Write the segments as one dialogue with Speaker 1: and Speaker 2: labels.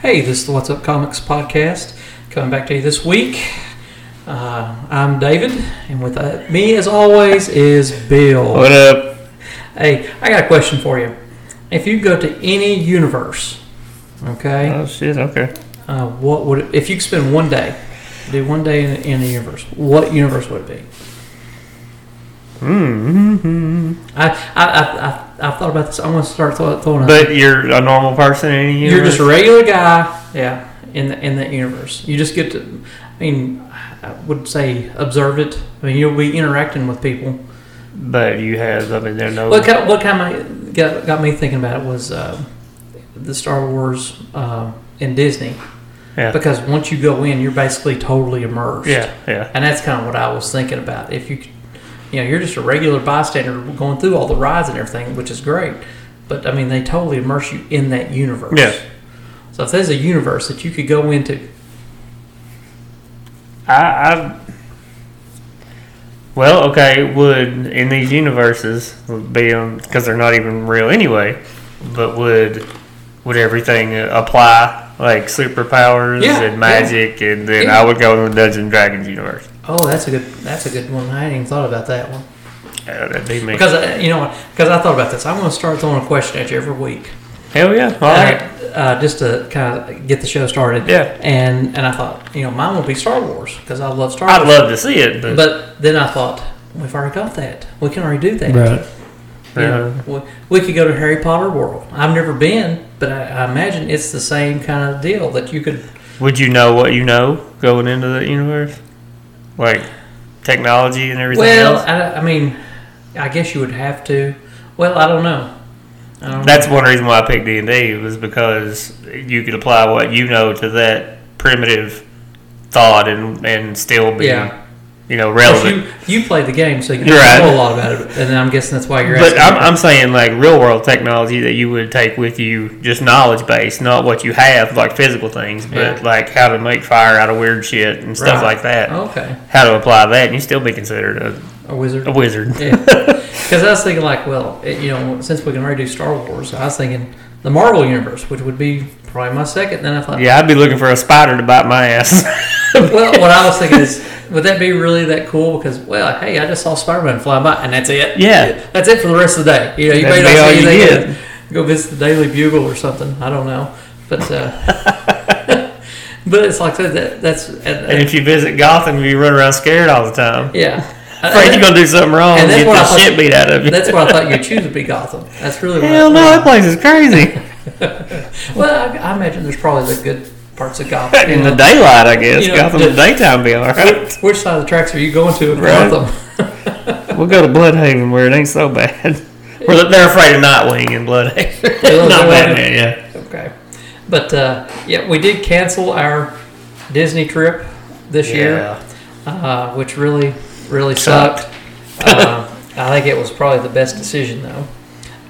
Speaker 1: Hey, this is the What's Up Comics podcast. Coming back to you this week. Uh, I'm David, and with uh, me, as always, is Bill.
Speaker 2: What up?
Speaker 1: Hey, I got a question for you. If you go to any universe, okay,
Speaker 2: Oh shit! Okay.
Speaker 1: uh, what would it, if you could spend one day, do one day in, in a universe? What universe would it be?
Speaker 2: Mm-hmm.
Speaker 1: I I I, I, I thought about this. I'm gonna start throw, throwing. out-
Speaker 2: But you're a normal person in any
Speaker 1: You're
Speaker 2: universe.
Speaker 1: just a regular guy, yeah, in the, in that universe. You just get to, I mean, I would say observe it. I mean, you'll be interacting with people.
Speaker 2: but you have. I mean, there are no.
Speaker 1: What kind, what kind of got, got me thinking about it was uh, the Star Wars uh, in Disney.
Speaker 2: Yeah.
Speaker 1: Because once you go in, you're basically totally immersed.
Speaker 2: yeah, yeah.
Speaker 1: And that's kind of what I was thinking about. If you, could- you know, you're just a regular bystander going through all the rides and everything, which is great. But I mean, they totally immerse you in that universe.
Speaker 2: Yeah.
Speaker 1: So if there's a universe that you could go into,
Speaker 2: I, I. Well, okay. Would in these universes be on because they're not even real anyway? But would would everything apply like superpowers
Speaker 1: Yeah, yeah.
Speaker 2: and magic? And then
Speaker 1: Yeah.
Speaker 2: I would go in the Dungeons and Dragons universe.
Speaker 1: oh, that's a good, that's a good one. I hadn't even thought about that one.
Speaker 2: Yeah, that'd be me.
Speaker 1: Because uh, you know, because I thought about this. I'm going to start throwing a question at you every week.
Speaker 2: Hell yeah! All
Speaker 1: uh,
Speaker 2: right.
Speaker 1: uh, just to kind of get the show started.
Speaker 2: Yeah.
Speaker 1: And and I thought, you know, mine will be Star Wars because I love Star
Speaker 2: I'd
Speaker 1: Wars.
Speaker 2: love to see it, but,
Speaker 1: But then I thought, we've already got that. We can already do that.
Speaker 3: Right.
Speaker 2: uh,
Speaker 1: You know, we, we could go to Harry Potter World. I've never been, but I, I imagine it's the same kind of deal that you could.
Speaker 2: Would you know what you know going into the universe? Like technology and everything
Speaker 1: well,
Speaker 2: else?
Speaker 1: I, I mean, I guess you would have to. Well, I don't know. I don't
Speaker 2: That's one reason why I picked D&D was because you could apply what you know to that primitive thought and, and still be,
Speaker 1: Yeah.
Speaker 2: you know,
Speaker 1: know.
Speaker 2: relevant.
Speaker 1: You, you play the game, so you
Speaker 2: You're right.
Speaker 1: know a lot about it. And I'm guessing that's why you're
Speaker 2: But
Speaker 1: asking.
Speaker 2: I'm, I'm saying like real world technology that you would take with you, just knowledge based, not what you have, like physical things, but
Speaker 1: Yeah.
Speaker 2: like how to make fire out of weird shit and
Speaker 1: Right.
Speaker 2: stuff
Speaker 1: Oh.
Speaker 2: like that.
Speaker 1: okay,
Speaker 2: How to apply that, and you still be considered a,
Speaker 1: a wizard.
Speaker 2: a wizard.
Speaker 1: Yeah, because I was thinking like, well, it, you know, since we can already do Star Wars, I was thinking the Marvel universe, which would be probably my second. Then I thought,
Speaker 2: Yeah, I'd be looking for a spider to bite my ass.
Speaker 1: well, what I was thinking is, would that be really that cool? Because well, hey, I just saw Spider Man fly by, and that's it.
Speaker 2: Yeah.
Speaker 1: that's it for the rest of the day. You know, you may
Speaker 2: That'd
Speaker 1: not
Speaker 2: be all
Speaker 1: see
Speaker 2: you
Speaker 1: anything. Go visit the Daily Bugle or something. I don't know, but uh, but it's like that. that- That's
Speaker 2: and if you visit Gotham, you run around scared all the time.
Speaker 1: uh, yeah.
Speaker 2: Afraid you're gonna do something wrong
Speaker 1: and
Speaker 2: and,
Speaker 1: that's
Speaker 2: get
Speaker 1: what I
Speaker 2: the
Speaker 1: thought-
Speaker 2: shit beat out of you.
Speaker 1: That's what I thought you'd choose would be Gotham. That's really what I-
Speaker 2: Hell no, that place is crazy.
Speaker 1: Well, I, I imagine there's probably the good parts of Gotham. you
Speaker 2: In the
Speaker 1: know.
Speaker 2: daylight, I guess.
Speaker 1: You know,
Speaker 2: Gotham in the daytime be alright.
Speaker 1: Which side of the tracks are you going to in
Speaker 2: Right.
Speaker 1: Gotham?
Speaker 2: we'll go to Bloodhaven where it ain't so bad. Where they're afraid of Nightwing in Bloodhaven. Not Batman, yeah.
Speaker 1: Okay. But uh, yeah, we did cancel our Disney trip this year, uh, which really, really
Speaker 2: Sucked.
Speaker 1: sucked. uh, I think it was probably the best decision though,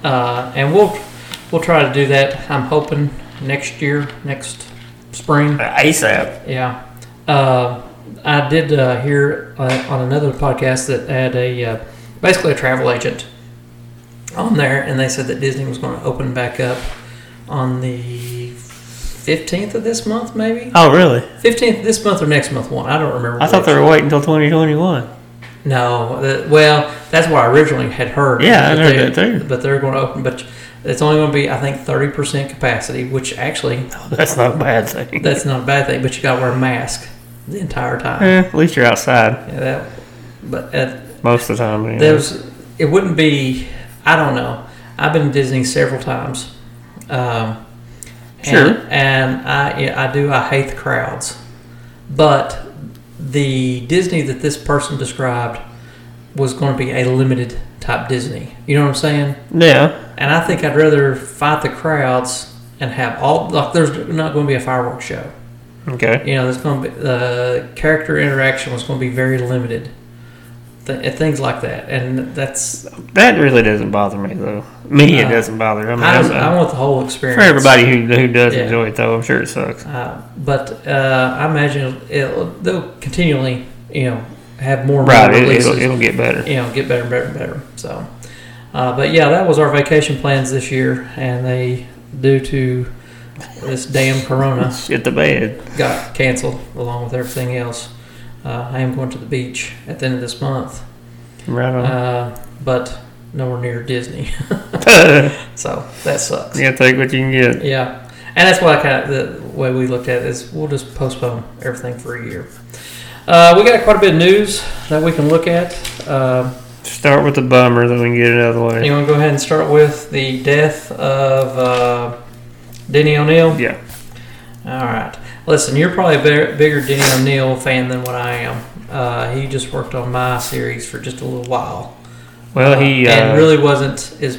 Speaker 1: uh, and we'll we'll try to do that. I'm hoping next year, next spring.
Speaker 2: ASAP.
Speaker 1: Yeah. Uh, I did uh, hear uh, on another podcast that had a uh, basically a travel agent on there, and they said that Disney was going to open back up on the 15th of this month, maybe?
Speaker 2: Oh, really?
Speaker 1: 15th of this month or next month one. I don't remember.
Speaker 2: I thought
Speaker 1: which.
Speaker 2: they were waiting until 2021.
Speaker 1: No, the, well, that's what I originally had heard.
Speaker 2: Yeah, I
Speaker 1: But
Speaker 2: heard
Speaker 1: they-
Speaker 2: that too.
Speaker 1: But they're going to open, but it's only going to be, I think, 30% capacity, which actually,
Speaker 2: That's not a bad thing.
Speaker 1: that's not a bad thing, but you got to wear a mask the entire time.
Speaker 2: Eh, at least you're outside
Speaker 1: Yeah, that, but uh,
Speaker 2: most of the time. anyway.
Speaker 1: there's it wouldn't be. I don't know. I've been to Disney several times. Um, and-
Speaker 2: Sure.
Speaker 1: And I yeah, I do I hate the crowds, but the Disney that this person described was going to be a limited type Disney. You know what I'm saying?
Speaker 2: Yeah.
Speaker 1: And I think I'd rather fight the crowds and have all like there's not going to be a fireworks show
Speaker 2: Okay.
Speaker 1: you know, there's going to be the character interaction was going to be very limited, Th- things like that, and that's
Speaker 2: That really doesn't bother me though. Me, it
Speaker 1: No.
Speaker 2: doesn't bother. I mean,
Speaker 1: I,
Speaker 2: I'm-
Speaker 1: I want the whole experience
Speaker 2: for everybody who who does
Speaker 1: Yeah.
Speaker 2: enjoy it though, I'm sure it sucks.
Speaker 1: Uh, but uh, I imagine it'll, they'll continually, you know, have more and more
Speaker 2: Right, it,
Speaker 1: releases,
Speaker 2: it'll, it'll get better.
Speaker 1: you know, get better and better and better. So, uh, but yeah, that was our vacation plans this year, and they due to this damn Corona
Speaker 2: Shit the bed.
Speaker 1: got canceled along with everything else. Uh, I am going to the beach at the end of this month,
Speaker 2: Right on.
Speaker 1: uh, but nowhere near Disney, Uh, so that sucks.
Speaker 2: yeah, take what you can get.
Speaker 1: Yeah, and that's why I kind of the way we looked at it is we'll just postpone everything for a year. Uh, we got quite a bit of news that we can look at. Um
Speaker 2: Start with the bummer, then we can get it out of the way.
Speaker 1: you want to go ahead and start with the death of uh, Denny O'Neill?
Speaker 2: Yeah.
Speaker 1: All right. Listen, you're probably a bigger, bigger Denny O'Neill fan than what I am. Uh, he just worked on my series for just a little while.
Speaker 2: Well, he.
Speaker 1: Uh,
Speaker 2: Uh,
Speaker 1: and really wasn't as.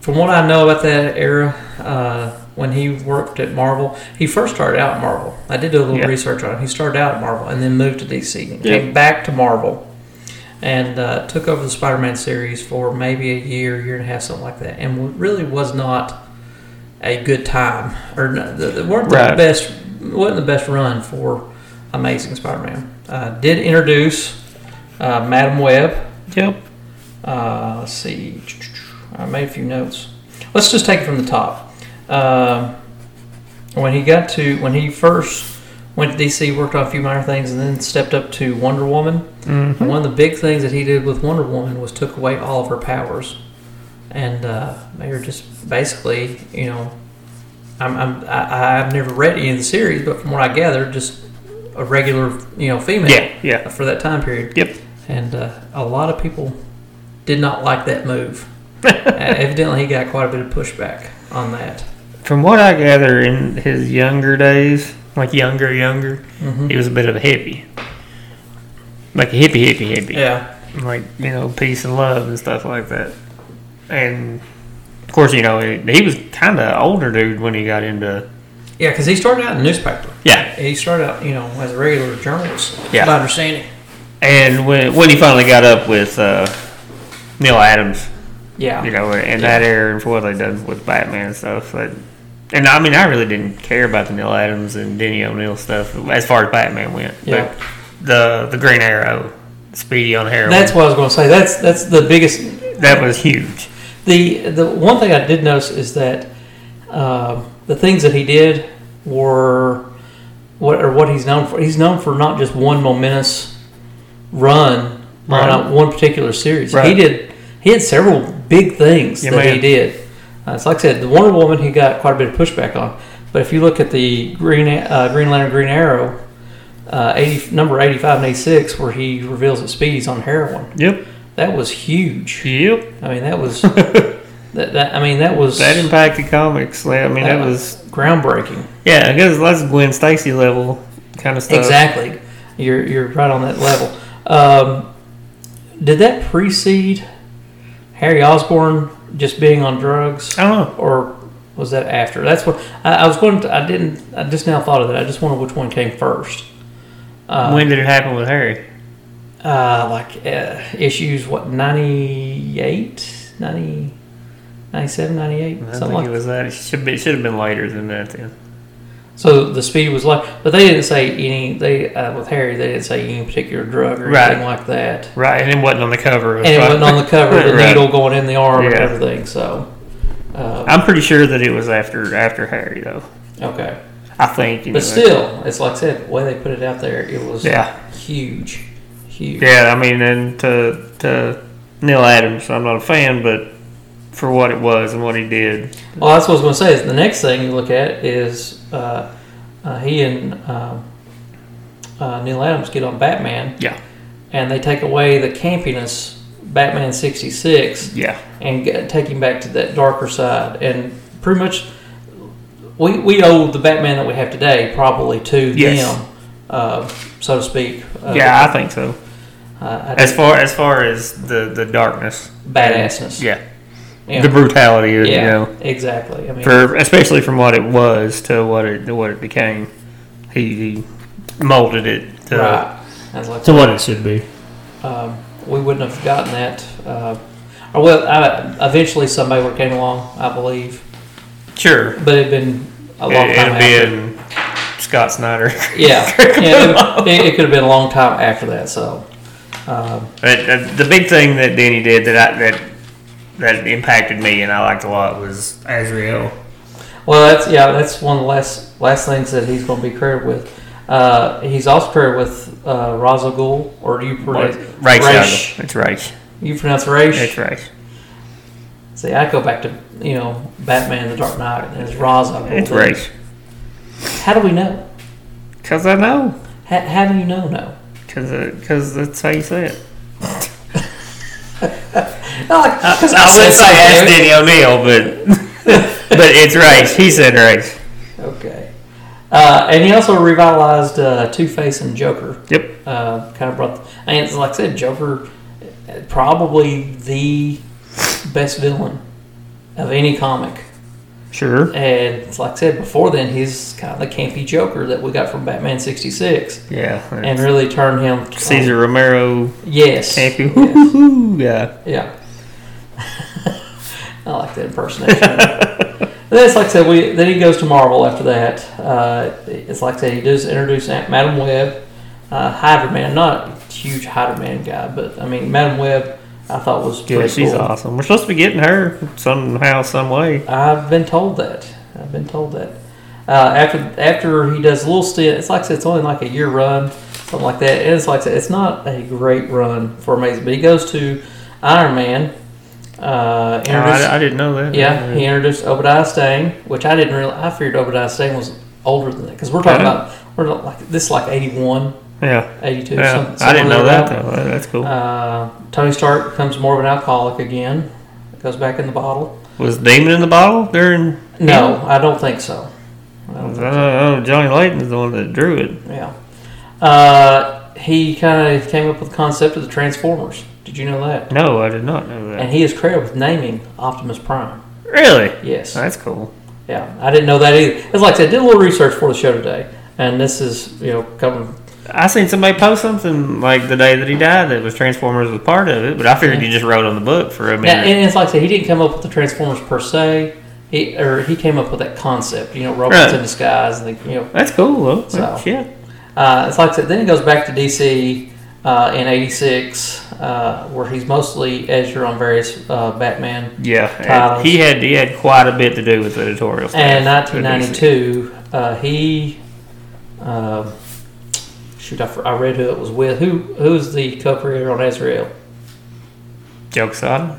Speaker 1: From what I know about that era, uh, when he worked at Marvel, he first started out at Marvel. I did do a little
Speaker 2: Yeah.
Speaker 1: research on him. He started out at Marvel and then moved to DC and
Speaker 2: Yeah.
Speaker 1: came back to Marvel and uh, took over the Spider-Man series for maybe a year, year and a half, something like that, and w- really was not a good time or n- th- th- weren't the
Speaker 2: Right.
Speaker 1: best wasn't the best run for Amazing Spider-Man. Uh, did introduce uh, Madam Web.
Speaker 2: Yep.
Speaker 1: Uh, let's see. I made a few notes. Let's just take it from the top. Um when he got to when he first went to DC, worked on a few minor things, and then stepped up to Wonder Woman.
Speaker 2: Mm-hmm.
Speaker 1: And one of the big things that he did with Wonder Woman was took away all of her powers, and uh, they were just basically, you know, I'm, I'm I, I've never read any of the series, but from what I gathered, just a regular, you know, female
Speaker 2: Yeah, yeah.
Speaker 1: for that time period.
Speaker 2: Yep.
Speaker 1: And uh, a lot of people did not like that move. Uh, Evidently, he got quite a bit of pushback on that.
Speaker 2: From what I gather, in his younger days, like younger, younger,
Speaker 1: hmm
Speaker 2: he was a bit of a hippie. Like a hippie, hippie, hippie.
Speaker 1: Yeah,
Speaker 2: like you know peace and love and stuff like that and of course you know he, he was kind of older dude when he got into
Speaker 1: yeah, because he started out in a newspaper.
Speaker 2: yeah
Speaker 1: He started out, you know, as a regular journalist.
Speaker 2: Yeah.
Speaker 1: my understanding.
Speaker 2: and when, when he finally got up with uh, neil adams
Speaker 1: Yeah,
Speaker 2: you know and that era and for what they done with batman and stuff but and i mean i really didn't care about the neil adams and denny o'neill stuff as far as batman went
Speaker 1: Yeah.
Speaker 2: but the the green arrow speedy on heroin
Speaker 1: that's what I was going to say. That's that's the biggest
Speaker 2: that was huge
Speaker 1: The the one thing I did notice is that um the things that he did were what or what he's known for. He's known for not just one momentous run
Speaker 2: Right.
Speaker 1: on a, one particular series. He
Speaker 2: Right.
Speaker 1: did he had several big things
Speaker 2: Yeah,
Speaker 1: that he
Speaker 2: man.
Speaker 1: did. Uh, it's like I said, the Wonder Woman he got quite a bit of pushback on. But if you look at the Green uh, Green Lantern Green Arrow, uh, 80, number eighty five and eighty six, where he reveals that Speedy's on heroin,
Speaker 2: yep
Speaker 1: that was huge.
Speaker 2: yep
Speaker 1: I mean, that was that, that. I mean, that was
Speaker 2: that Uh, impacted comics like, i mean that
Speaker 1: Uh,
Speaker 2: was
Speaker 1: groundbreaking.
Speaker 2: Yeah, I guess that's Gwen Stacy level kind of stuff.
Speaker 1: exactly. You're you're right on that level. Um, did that precede Harry Osborne just being on drugs,
Speaker 2: I don't know.
Speaker 1: or was that after? That's what I, I was going. To, I didn't. I just now thought of that. I just wondered which one came first. Uh,
Speaker 2: when did it happen with Harry?
Speaker 1: uh, like uh, issues what 98 90, 97 98
Speaker 2: I don't
Speaker 1: something
Speaker 2: think
Speaker 1: like
Speaker 2: it was that. It should be. It should have been later than that. Then.
Speaker 1: So the speed was like, but they didn't say any. They uh, with Harry, they didn't say any particular drug or
Speaker 2: Right.
Speaker 1: anything like that.
Speaker 2: Right, and it wasn't on the cover. Of
Speaker 1: And it wasn't on the cover, the
Speaker 2: Right.
Speaker 1: needle going in the arm and
Speaker 2: Yeah.
Speaker 1: everything. So, uh,
Speaker 2: I'm pretty sure that it was after after Harry though.
Speaker 1: okay,
Speaker 2: I think. You
Speaker 1: but still, it's like I said, the way they put it out there, it was
Speaker 2: Yeah,
Speaker 1: huge, huge.
Speaker 2: yeah. I mean, and to to Neil Adams, I'm not a fan, but for what it was and what he did,
Speaker 1: Well, that's what I was going to say. Is the next thing you look at is uh, uh, he and um uh, Neil Adams get on Batman.
Speaker 2: Yeah.
Speaker 1: And they take away the campiness, Batman '66,
Speaker 2: yeah,
Speaker 1: and get, take him back to that darker side. And pretty much, we, we owe the Batman that we have today probably to
Speaker 2: Yes.
Speaker 1: them, uh, so to speak. Uh,
Speaker 2: yeah. I think so.
Speaker 1: uh, I
Speaker 2: As
Speaker 1: think
Speaker 2: far as far as the the darkness,
Speaker 1: badassness.
Speaker 2: yeah,
Speaker 1: Yeah,
Speaker 2: the brutality, of, you
Speaker 1: Yeah,
Speaker 2: know.
Speaker 1: exactly. I mean,
Speaker 2: for especially from what it was to what it to what it became. He, he molded it to,
Speaker 1: right. And like,
Speaker 2: to what it should be.
Speaker 1: um, we wouldn't have gotten that. Uh, or well, I, eventually somebody would have came along, I believe,
Speaker 2: Sure,
Speaker 1: but it'd been a long
Speaker 2: it,
Speaker 1: time
Speaker 2: it'd
Speaker 1: after.
Speaker 2: been Scott Snyder.
Speaker 1: yeah, yeah it, it could have been a long time after that. So, um,
Speaker 2: But, uh, the big thing that Danny did that I, that that impacted me and I liked a lot was Azrael.
Speaker 1: Well, that's yeah, that's one of the last last things that he's going to be credited with. Uh, he's also credited with uh, Ra's al Ghul, or do you pronounce
Speaker 2: Reich. Reich. It's Reich.
Speaker 1: you pronounce Raish?
Speaker 2: It's Reich.
Speaker 1: See, I go back to you know Batman: The Dark Knight, and it's Ra's al Ghul.
Speaker 2: It's Reich.
Speaker 1: How do we know?
Speaker 2: Because I know.
Speaker 1: How, how do you know? No,
Speaker 2: Because that's how you say it. I,
Speaker 1: because
Speaker 2: I would say ask Danny O'Neill, but but it's Reich. He said Reich.
Speaker 1: Okay, uh, and he also revitalized uh, Two Face and Joker.
Speaker 2: Yep.
Speaker 1: uh, kind of brought. And it's like I said, Joker, uh, probably the best villain of any comic.
Speaker 2: Sure.
Speaker 1: And it's like I said before, then he's kind of the campy Joker that we got from Batman '66,
Speaker 2: Yeah.
Speaker 1: and really turned him.
Speaker 2: Caesar Romero.
Speaker 1: yes.
Speaker 2: Campy.
Speaker 1: yes.
Speaker 2: Woo-hoo-hoo. Yeah.
Speaker 1: Yeah. I like that impersonation. That's like I said. We then he goes to Marvel after that. Uh, it's like I said. He does introduce Aunt Madam Web, uh, Hydra Man. Not a huge Hydra Man guy, but I mean Madam Web. I thought was
Speaker 2: Yeah,
Speaker 1: pretty
Speaker 2: she's
Speaker 1: cool.
Speaker 2: awesome. We're supposed to be getting her somehow, some way.
Speaker 1: I've been told that. I've been told that. Uh, after after he does a little stint, it's like I said, it's only like a year run, something like that. And it's like I said, it's not a great run for Amazing, but he goes to Iron Man. Uh,
Speaker 2: No,
Speaker 1: introduce-
Speaker 2: I, I didn't know that.
Speaker 1: Yeah, he introduced Obadiah Stane, which I didn't realize. I figured Obadiah Stane was older than that because we're talking
Speaker 2: Yeah.
Speaker 1: about we're not like this is like 81,
Speaker 2: Yeah.
Speaker 1: 82.
Speaker 2: Yeah.
Speaker 1: something,
Speaker 2: I didn't
Speaker 1: somewhere
Speaker 2: know that,
Speaker 1: there.
Speaker 2: though. That- That's cool.
Speaker 1: Uh, Tony Stark becomes more of an alcoholic again. Goes back in the bottle.
Speaker 2: was Damon in the bottle during.
Speaker 1: No, I don't think so. I
Speaker 2: I
Speaker 1: don't
Speaker 2: don't know. oh, Johnny Layton's the one that drew it.
Speaker 1: Yeah. Uh, he kind of came up with the concept of the Transformers. Did you know that?
Speaker 2: No, I did not know that.
Speaker 1: And he is credited with naming Optimus Prime.
Speaker 2: Really?
Speaker 1: Yes.
Speaker 2: That's cool.
Speaker 1: Yeah, I didn't know that either. It's like I said, I did a little research for the show today, and this is you know coming.
Speaker 2: I seen somebody post something like the day that he died that was Transformers was part of it, but I figured he just wrote on the book for a
Speaker 1: Now,
Speaker 2: minute.
Speaker 1: and it's like I said, he didn't come up with the Transformers per se. He or he came up with that concept, you know, robots
Speaker 2: Right.
Speaker 1: in disguise, and the, you know,
Speaker 2: That's cool though.
Speaker 1: So.
Speaker 2: Shit.
Speaker 1: uh, it's like I said. Then he goes back to DC uh, in '86, uh, where he's mostly Ezra on various uh, Batman
Speaker 2: Yeah.
Speaker 1: Titles.
Speaker 2: and He had he had quite a bit to do with the editorial stuff.
Speaker 1: And
Speaker 2: for DC.
Speaker 1: 1992, uh, he, um shoot, I, for- I read who it was with. Who who's the co-creator on Azrael?
Speaker 2: Joe Uh, Quesada?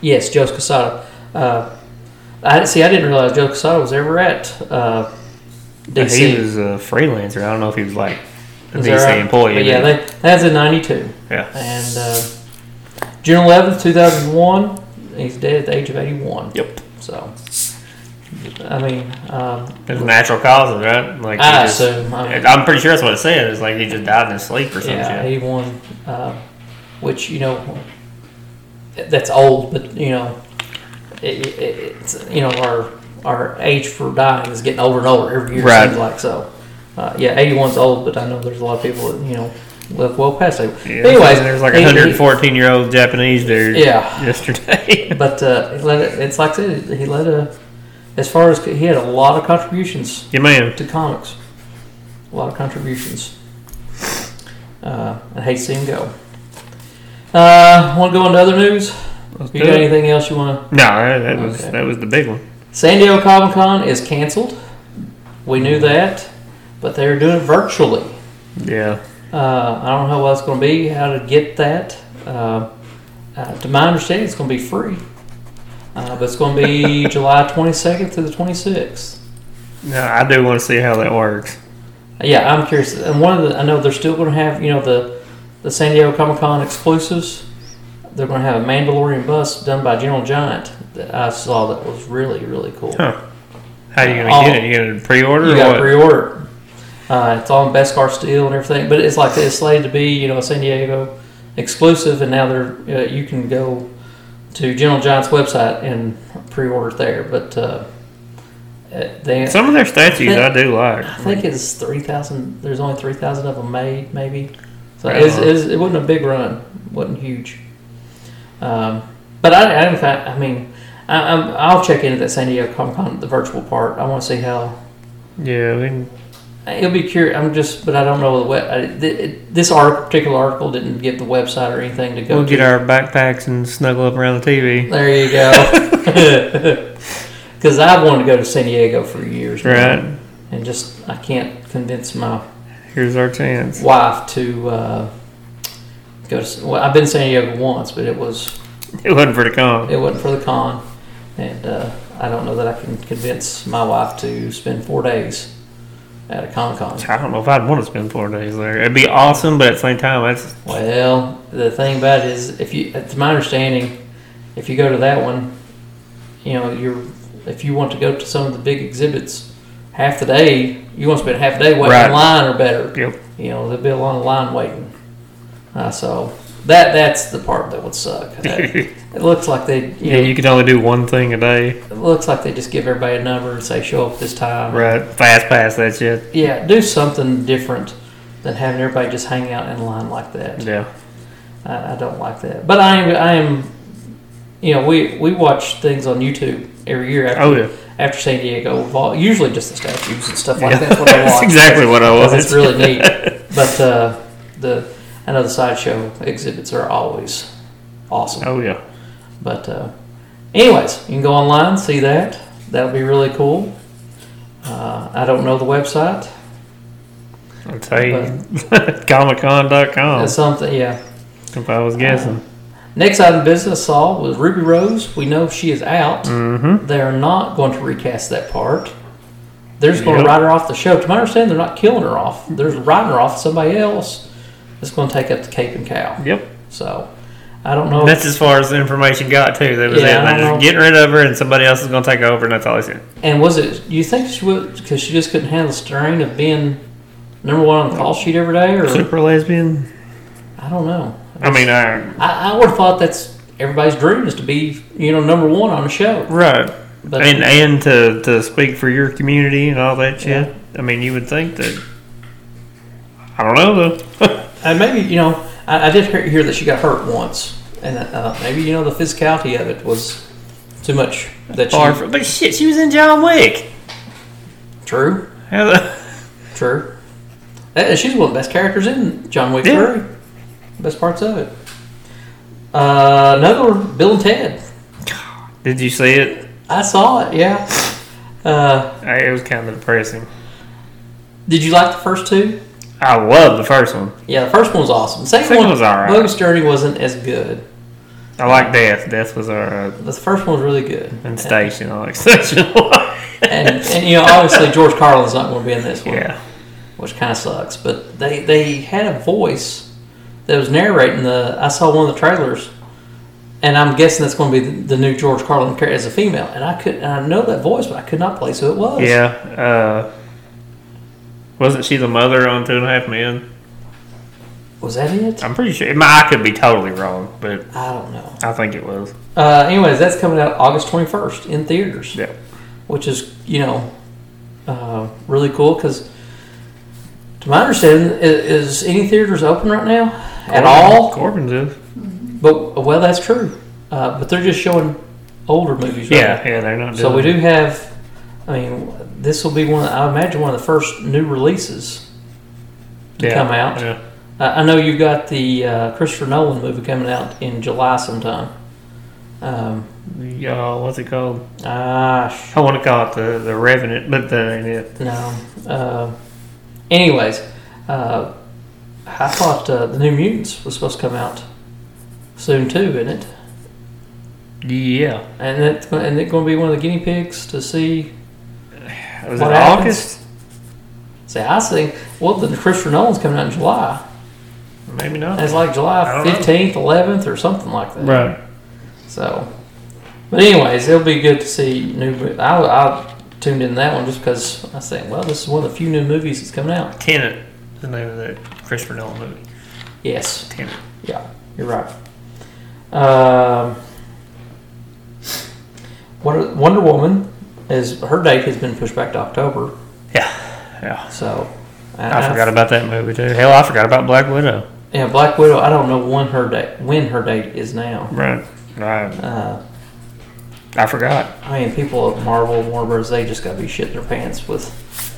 Speaker 1: Yes, Joe Casada. Uh, I see. I didn't realize Joe Casada was ever at uh, DC.
Speaker 2: He was a freelancer. I don't know if he was like a
Speaker 1: Is
Speaker 2: DC
Speaker 1: that right?
Speaker 2: employee.
Speaker 1: But yeah,
Speaker 2: but-
Speaker 1: that, that's in '92,
Speaker 2: yeah.
Speaker 1: and uh, June 11th, 2001. He's dead at the age of 81.
Speaker 2: Yep.
Speaker 1: So, I mean, um,
Speaker 2: There's natural causes, right? Like he
Speaker 1: I
Speaker 2: just-
Speaker 1: assume. I mean,
Speaker 2: I'm pretty sure that's what it said. It's like he just died in his sleep or something.
Speaker 1: Yeah, he won, uh, which you know, that's old, but you know, it, it, it's you know our our age for dying is getting older and older every year. It
Speaker 2: Right.
Speaker 1: seems like so. Uh, yeah, 81's old, but I know there's a lot of people that you know live well past it.
Speaker 2: Yeah,
Speaker 1: Anyways,
Speaker 2: there's like
Speaker 1: he-
Speaker 2: a
Speaker 1: he-
Speaker 2: 114 year old Japanese dude
Speaker 1: Yeah,
Speaker 2: yesterday.
Speaker 1: but uh, he let it, it's like I said, he led a as far as he had a lot of contributions
Speaker 2: yeah, man.
Speaker 1: to comics, a lot of contributions. Uh, I hate to see him go. Uh, want to go into other news? You got anything else you want to?
Speaker 2: No, that, that was
Speaker 1: Okay.
Speaker 2: that was the big one.
Speaker 1: San Diego Comic Con is canceled. We knew that, but they're doing it virtually.
Speaker 2: Yeah,
Speaker 1: Uh, I don't know how well it's going to be, how to get that. Uh, uh, to my understanding, it's going to be free. Uh, but it's going to be July 22nd to the 26th.
Speaker 2: no, I do want to see how that works.
Speaker 1: Yeah, I'm curious. And one of the, I know they're still going to have, you know, the the San Diego Comic Con exclusives. They're going to have a Mandalorian bust done by General Giant that I saw that was really, really cool.
Speaker 2: Huh? How you gonna
Speaker 1: Oh.
Speaker 2: get it? You gonna pre-order
Speaker 1: You
Speaker 2: or
Speaker 1: got
Speaker 2: what?
Speaker 1: to pre-order. it. Uh, it's on Beskar Steel and everything, but it's like it's slated to be, you know, a San Diego exclusive, and now they're uh, you can go to General Giant's website and pre-order it there. But uh, uh, they,
Speaker 2: Some of their statues I do like.
Speaker 1: I think it's three thousand. There's only three thousand of them made, maybe. So
Speaker 2: Right
Speaker 1: it, was,
Speaker 2: on.
Speaker 1: it, was, it wasn't a big run. wasn't huge. Um, but I, I, didn't find, I mean, I, I'm, I'll check into that San Diego Comic Con, the virtual part. I want to see how
Speaker 2: Yeah, I mean,
Speaker 1: it'll be. Curious. I'm just, but I don't know the web. I, th- it, this article, particular article didn't give the website or anything to go.
Speaker 2: we'll
Speaker 1: to.
Speaker 2: get our backpacks and snuggle up around the TV.
Speaker 1: There you go. because I wanted to go to San Diego for years, man.
Speaker 2: Right.
Speaker 1: And just I can't convince my
Speaker 2: Here's our chance.
Speaker 1: wife to uh, go to. Well, I've been to San Diego once, but it was
Speaker 2: It wasn't for the con.
Speaker 1: it wasn't for the con, and uh, I don't know that I can convince my wife to spend four days at a con con.
Speaker 2: I don't know if I'd want to spend four days there. It'd be awesome, but at the same time, that's
Speaker 1: Well, the thing about it is, if you, to my understanding, if you go to that one, you know, you're if you want to go to some of the big exhibits, half the day you want to spend half a day waiting
Speaker 2: Right.
Speaker 1: in line or better.
Speaker 2: yep.
Speaker 1: You know, there'll be a long line waiting. Uh, so that that's the part that would suck. That- it looks like they, you
Speaker 2: yeah,
Speaker 1: know,
Speaker 2: you could only do one thing a day.
Speaker 1: it looks like they just give everybody a number and say show up this time.
Speaker 2: Right. Fast pass. That's it.
Speaker 1: Yeah, do something different than having everybody just hang out in line like that.
Speaker 2: Yeah.
Speaker 1: I, I don't like that. But I am, I am, you know, we we watch things on YouTube every year after
Speaker 2: Oh yeah.
Speaker 1: after San Diego. We've all- Usually just the statues and stuff like
Speaker 2: Yeah.
Speaker 1: that. That's what I
Speaker 2: That's
Speaker 1: watch.
Speaker 2: exactly what I
Speaker 1: Because
Speaker 2: was.
Speaker 1: It's really neat. But uh, the I know the sideshow exhibits are always awesome.
Speaker 2: Oh yeah.
Speaker 1: But uh, anyways, you can go online see that. That'll be really cool. Uh, I don't know the website.
Speaker 2: I'll tell you. ComicCon.com.
Speaker 1: That's something. Yeah.
Speaker 2: If I was guessing.
Speaker 1: Next item of business saw was Ruby Rose. We know she is out.
Speaker 2: mm-hmm.
Speaker 1: they're not going to recast that part. They're just going
Speaker 2: Yep.
Speaker 1: to write her off the show. To my understanding, they're not killing her off. They're writing her off to somebody else that's going to take up the cape and cow.
Speaker 2: Yep.
Speaker 1: So I don't know.
Speaker 2: That's as far as the information got too. That was
Speaker 1: Oh. Yeah, I don't
Speaker 2: it. They're
Speaker 1: know.
Speaker 2: just getting rid of her, and somebody else is going to take over, and that's all I said.
Speaker 1: and was it? You think she would? Because she just couldn't handle the strain of being number one on the call sheet every day, or
Speaker 2: Super lesbian.
Speaker 1: I don't know.
Speaker 2: I mean, I,
Speaker 1: I, I would have thought that's everybody's dream is to be you know number one on a show.
Speaker 2: right.
Speaker 1: But
Speaker 2: and and to, to speak for your community and all that shit.
Speaker 1: Yeah.
Speaker 2: I mean, you would think that. I don't know though.
Speaker 1: And maybe you know, I, I did hear, hear that she got hurt once, and uh, maybe you know the physicality of it was too much. That
Speaker 2: Far
Speaker 1: she,
Speaker 2: from, but shit, she was in John Wick.
Speaker 1: true,
Speaker 2: How the-
Speaker 1: true. And she's one of the best characters in John Wick
Speaker 2: Yeah.
Speaker 1: Three. Best parts of it. Uh, another one, Bill and Ted.
Speaker 2: Did you see it?
Speaker 1: I saw it. Yeah. Uh,
Speaker 2: I, it was kind of depressing.
Speaker 1: did you like the first two?
Speaker 2: I love the first one.
Speaker 1: Yeah, the first one was awesome. The second,
Speaker 2: Second
Speaker 1: one
Speaker 2: was all right.
Speaker 1: Bogus Journey wasn't as good,
Speaker 2: I like Death. Death was alright.
Speaker 1: but the first one was really good.
Speaker 2: And Station, I like Station a lot.
Speaker 1: And, and you know, obviously George Carlin's not going to be in this one.
Speaker 2: Yeah.
Speaker 1: which kind of sucks. But they they had a voice that was narrating the. I saw one of the trailers, and I'm guessing that's going to be the, the new George Carlin character as a female. And I could and I know that voice, but I could not place who it was.
Speaker 2: Yeah. Uh, wasn't she the mother on Two and a Half Men?
Speaker 1: was that it?
Speaker 2: I'm pretty sure. it might- I could be totally wrong, but
Speaker 1: I don't know.
Speaker 2: I think it was.
Speaker 1: Uh, anyways, that's coming out August 21st in theaters,
Speaker 2: Yeah.
Speaker 1: which is you know uh, really cool because. To my understanding, i- is any theaters open right now
Speaker 2: Oh,
Speaker 1: at all?
Speaker 2: Corbin's is.
Speaker 1: But well, that's true. Uh, but they're just showing older movies. Right
Speaker 2: Yeah, yeah, they're not doing
Speaker 1: So we do have. I mean, this will be one. I imagine one of the first new releases to
Speaker 2: yeah,
Speaker 1: come out.
Speaker 2: Yeah.
Speaker 1: Uh, I know you've got the uh, Christopher Nolan movie coming out in July sometime. Um,
Speaker 2: The, uh, what's it called?
Speaker 1: ah, sh-
Speaker 2: I want to call it the, the Revenant, but that ain't it.
Speaker 1: no. Uh, anyways, uh, I thought uh, the New Mutants was supposed to come out soon too, isn't it?
Speaker 2: Yeah.
Speaker 1: And that's gon- and it's going to be one of the guinea pigs to see
Speaker 2: Was
Speaker 1: What
Speaker 2: it
Speaker 1: happens?
Speaker 2: August?
Speaker 1: See, I think well, the Christopher Nolan's coming out in July.
Speaker 2: Maybe not.
Speaker 1: It's like
Speaker 2: I
Speaker 1: July
Speaker 2: don't know.
Speaker 1: fifteenth, eleventh, or something like that.
Speaker 2: right.
Speaker 1: So, but anyways, it'll be good to see new. mo- I, I tuned in that one just because I think, well, this is one of the few new movies that's coming out.
Speaker 2: Tenet is the name of that Christopher Nolan movie.
Speaker 1: Yes,
Speaker 2: Tenet.
Speaker 1: yeah, you're right. Um, Wonder, Wonder Woman is her date has been pushed back to October.
Speaker 2: Yeah. Yeah.
Speaker 1: So,
Speaker 2: I forgot about that movie too. Hell, I forgot about Black Widow.
Speaker 1: Yeah, Black Widow. I don't know when her date when her date is now.
Speaker 2: Right. Right.
Speaker 1: Uh,
Speaker 2: I forgot.
Speaker 1: I mean, people at Marvel, Warner Bros. They just got to be shitting their pants with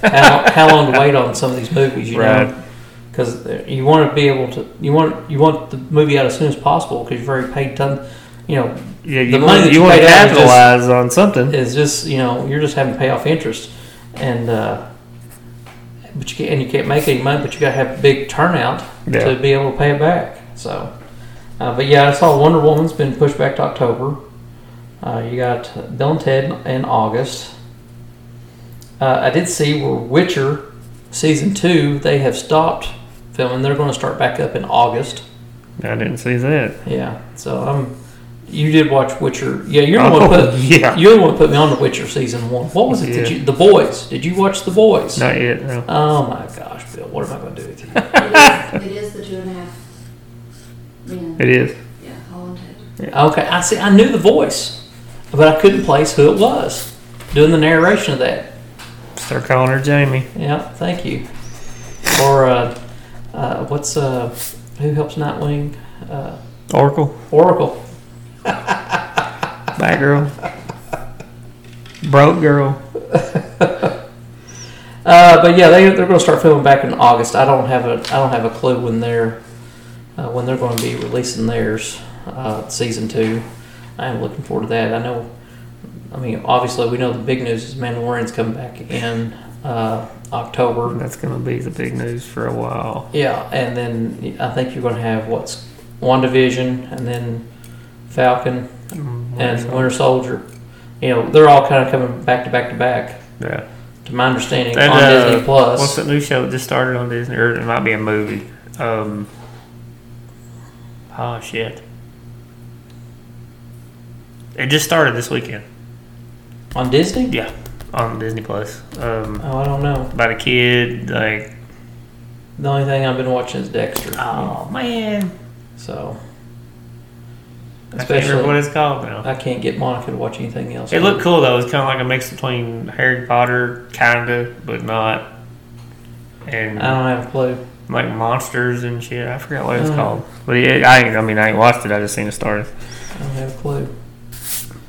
Speaker 1: how, how long to wait on some of these movies, you know? 'Cause know? Because you want to be able to, you want you want the movie out as soon as possible because you've already paid ton, you know,
Speaker 2: yeah,
Speaker 1: The
Speaker 2: you
Speaker 1: money
Speaker 2: want
Speaker 1: that
Speaker 2: you
Speaker 1: you
Speaker 2: want to
Speaker 1: paid out is just-
Speaker 2: capitalize on something.
Speaker 1: It's just you know you're just having to pay off interest, and uh, but you can't and you can't make any money, but you got to have big turnout
Speaker 2: Yeah.
Speaker 1: to be able to pay it back. So, uh, but yeah, I saw Wonder Woman's been pushed back to October. Uh, you got Bill and Ted in August. Uh, I did see where Witcher season two they have stopped filming. They're going to start back up in August.
Speaker 2: I didn't see that.
Speaker 1: Yeah, so I'm. You did watch Witcher. Yeah, you're the one
Speaker 2: Oh,
Speaker 1: put.
Speaker 2: yeah.
Speaker 1: You're the one put me on the Witcher season one. What was it that
Speaker 2: Yeah.
Speaker 1: you? The Boys. Did you watch The Boys?
Speaker 2: Not yet. No.
Speaker 1: Oh my gosh, Bill! What am I going to do with you?
Speaker 3: It is- it is the two and a half men.
Speaker 2: It is.
Speaker 3: Yeah, Holland Ted.
Speaker 1: Okay, I see. I knew the voice, but I couldn't place who it was doing the narration of that.
Speaker 2: Start calling her Jamie.
Speaker 1: Yeah, thank you. Or uh, uh, what's uh, who helps Nightwing? Uh,
Speaker 2: Oracle.
Speaker 1: Oracle.
Speaker 2: Batgirl. Broke girl.
Speaker 1: Uh, but yeah, they they're going to start filming back in August. I don't have a I don't have a clue when they're uh, when they're going to be releasing theirs uh, season two. I am looking forward to that. I know. I mean, obviously, we know the big news is Mandalorian's coming back in uh, October.
Speaker 2: That's gonna be the big news for a while.
Speaker 1: Yeah, and then I think you're going to have what's WandaVision and then Falcon and Winter Soldier. You know, they're all kind of coming back to back to back,
Speaker 2: Yeah.
Speaker 1: to my understanding,
Speaker 2: And,
Speaker 1: on
Speaker 2: uh,
Speaker 1: Disney Plus.
Speaker 2: What's that new show that just started on Disney? Or it might be a movie. Um. Oh shit. It just started this weekend.
Speaker 1: on Disney?
Speaker 2: Yeah, on Disney Plus. Um,
Speaker 1: Oh, I don't know.
Speaker 2: about a kid like.
Speaker 1: The only thing I've been watching is Dexter.
Speaker 2: Oh man.
Speaker 1: So.
Speaker 2: I can't remember what
Speaker 1: Especially,
Speaker 2: it's called now.
Speaker 1: I can't get Monica to watch anything else.
Speaker 2: It looked cool though. It's kind of like a mix between Harry Potter, kinda, but not, and
Speaker 1: I don't have a clue.
Speaker 2: like monsters and shit. I forgot what it's
Speaker 1: Uh.
Speaker 2: called. But yeah, I ain't. I mean, I ain't watched it. I just seen it started.
Speaker 1: I don't have a clue.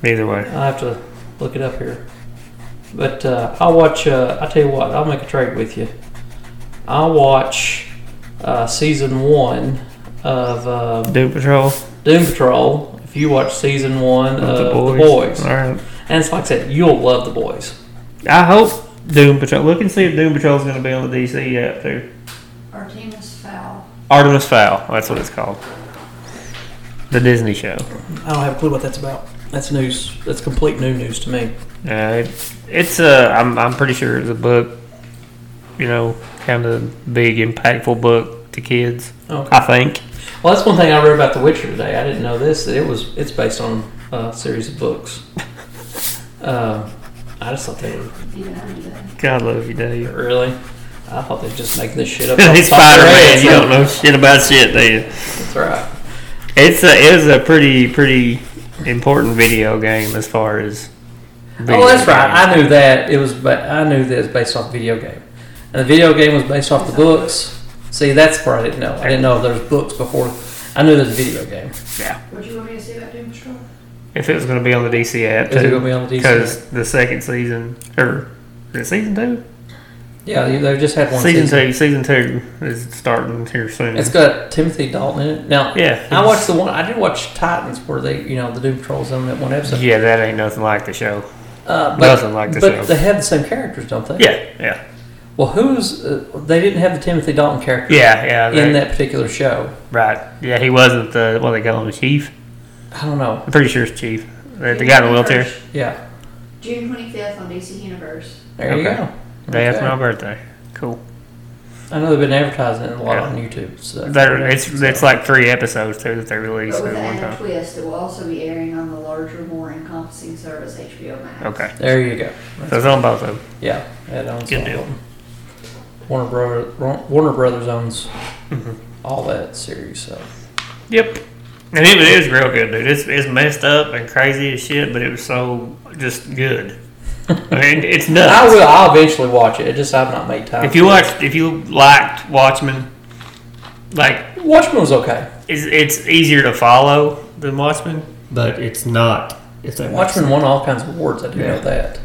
Speaker 2: Either way,
Speaker 1: I'll have to look it up here. But uh, I'll watch, uh, I'll tell you what, I'll make a trade with you. I'll watch uh, season one of uh,
Speaker 2: Doom Patrol with
Speaker 1: Doom Patrol if you watch season one of
Speaker 2: Uh, the boys. All right.
Speaker 1: And it's like I said, you'll love The Boys.
Speaker 2: I hope Doom Patrol. Look and see if Doom Patrol's going to be on the DC app too.
Speaker 3: Artemis Fowl.
Speaker 2: Artemis Fowl. That's what it's called. The Disney show.
Speaker 1: I don't have a clue what that's about. That's news. That's complete new news to me.
Speaker 2: Uh, it, it's a. I'm I'm pretty sure it's a book. You know, kind of big, impactful book to kids.
Speaker 1: Okay.
Speaker 2: I think.
Speaker 1: Well, that's one thing I read about The Witcher today. I didn't know this. that It was it's based on a series of books. Uh, I just thought they were
Speaker 3: Even under the
Speaker 2: God love you, Dave.
Speaker 1: really. I thought they were just making this shit up. off the
Speaker 2: He's
Speaker 1: top of
Speaker 2: Spider
Speaker 1: their
Speaker 2: Man.
Speaker 1: heads.
Speaker 2: You don't know shit about shit, do you?
Speaker 1: That's right.
Speaker 2: It's a it was a pretty pretty important video game as far as.
Speaker 1: Oh, that's right.
Speaker 2: video
Speaker 1: I knew that it was. But I knew that it was based off video game, and the video game was based off the books. See, that's where I didn't know. I didn't know there was books before. I knew there was a video game.
Speaker 2: games. Yeah.
Speaker 3: What you want me to say about Doom Patrol?
Speaker 2: If it was going to be on the DC
Speaker 1: Is it going
Speaker 2: app,
Speaker 1: to
Speaker 2: too,
Speaker 1: be on the DC?
Speaker 2: because the second season or is it season two,
Speaker 1: Yeah, they- they've just had one
Speaker 2: season,
Speaker 1: season.
Speaker 2: two, season two is starting here soon.
Speaker 1: It's got Timothy Dalton in it. Now,
Speaker 2: yeah,
Speaker 1: I watched the one. I did watch Titans, where they, you know, the Doom Patrol's in that one episode.
Speaker 2: Yeah, that ain't nothing like the show.
Speaker 1: Uh, but
Speaker 2: Nothing like the
Speaker 1: but
Speaker 2: show.
Speaker 1: they have the same characters, don't they?
Speaker 2: yeah, yeah,
Speaker 1: Well, who's uh, they didn't have the Timothy Dalton character
Speaker 2: yeah, yeah.
Speaker 1: in
Speaker 2: they-
Speaker 1: that particular show.
Speaker 2: right. Yeah, he wasn't the what they call him, the chief.
Speaker 1: I don't know.
Speaker 2: I'm pretty sure it's chief. The the guy in the wheelchair.
Speaker 1: Yeah,
Speaker 3: June 25th on DC Universe.
Speaker 1: there you
Speaker 2: Okay.
Speaker 1: go.
Speaker 2: Day after
Speaker 1: Okay.
Speaker 2: my birthday. Cool.
Speaker 1: I know they've been advertising it a lot
Speaker 2: Yeah.
Speaker 1: on YouTube. So
Speaker 2: There, it's it's like three episodes too that they released
Speaker 3: But
Speaker 2: at
Speaker 3: with
Speaker 2: one
Speaker 3: a
Speaker 2: time.
Speaker 3: twist, it will also be airing on the larger, more encompassing service HBO Max.
Speaker 2: Okay,
Speaker 1: there you go.
Speaker 2: so it's on both of them.
Speaker 1: Yeah, that owns
Speaker 2: Good
Speaker 1: all
Speaker 2: deal.
Speaker 1: of them. Warner Brother Warner Brothers owns
Speaker 2: Mhm.
Speaker 1: all that series. So
Speaker 2: Yep. And it, was- it was real good, dude. It's, it's messed up and crazy as shit, but it was so just good. I mean, it's
Speaker 1: I
Speaker 2: nuts.
Speaker 1: will. I'll eventually watch it. It just I've not made time.
Speaker 2: If you
Speaker 1: for it.
Speaker 2: watched, if you liked Watchmen, like
Speaker 1: Watchmen was okay.
Speaker 2: it's, it's easier to follow than Watchmen, but it's not. It's that
Speaker 1: Watchmen won all kinds of awards. I do
Speaker 2: Yeah.
Speaker 1: know that.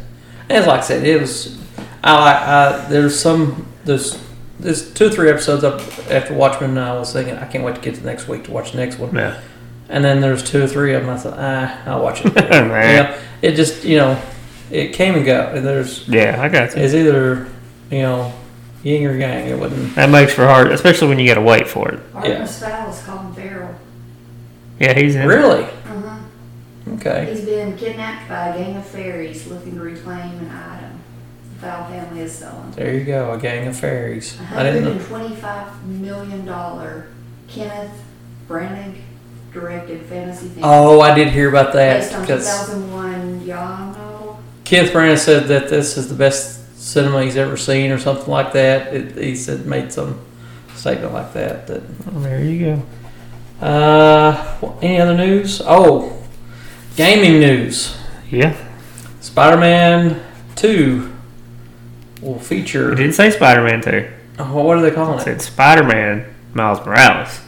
Speaker 1: And like I said, it was. I, I, I there's some there's there's two or three episodes up after Watchmen. I was thinking I can't wait to get to next week to watch the next one.
Speaker 2: Yeah.
Speaker 1: and then there's two or three of them. I thought, ah, I'll watch it. later."
Speaker 2: Nah.
Speaker 1: You know, it just you know, it came and go. And There's
Speaker 2: Yeah, I got you.
Speaker 1: it's either you know, yin or yang. It wouldn't.
Speaker 2: That makes for hard, especially when you got to wait for it.
Speaker 3: Artemis Fowl is called Feral.
Speaker 2: Yeah, he's in.
Speaker 1: Really?
Speaker 3: Uh-huh.
Speaker 1: Okay.
Speaker 3: He's been kidnapped by a gang of fairies looking to reclaim an item the Fowl family has stolen.
Speaker 1: There you go. A gang of fairies.
Speaker 3: A
Speaker 1: I
Speaker 3: hundred
Speaker 1: didn't. know.
Speaker 3: and twenty-five million dollar Kenneth Branagh directed fantasy film
Speaker 1: Oh, I did hear about
Speaker 3: based
Speaker 1: that
Speaker 3: on two
Speaker 1: because
Speaker 3: thousand one yawn novel.
Speaker 1: Kenneth Branagh said that this is the best cinema he's ever seen, or something like that. It, he said made some statement like that. That
Speaker 2: There you go.
Speaker 1: Uh, any other news? Oh, gaming news.
Speaker 2: Yeah,
Speaker 1: Spider-Man Two will feature.
Speaker 2: it did say Spider-Man too.
Speaker 1: Oh, what are they
Speaker 2: It
Speaker 1: calling it?
Speaker 2: said Spider-Man Miles Morales.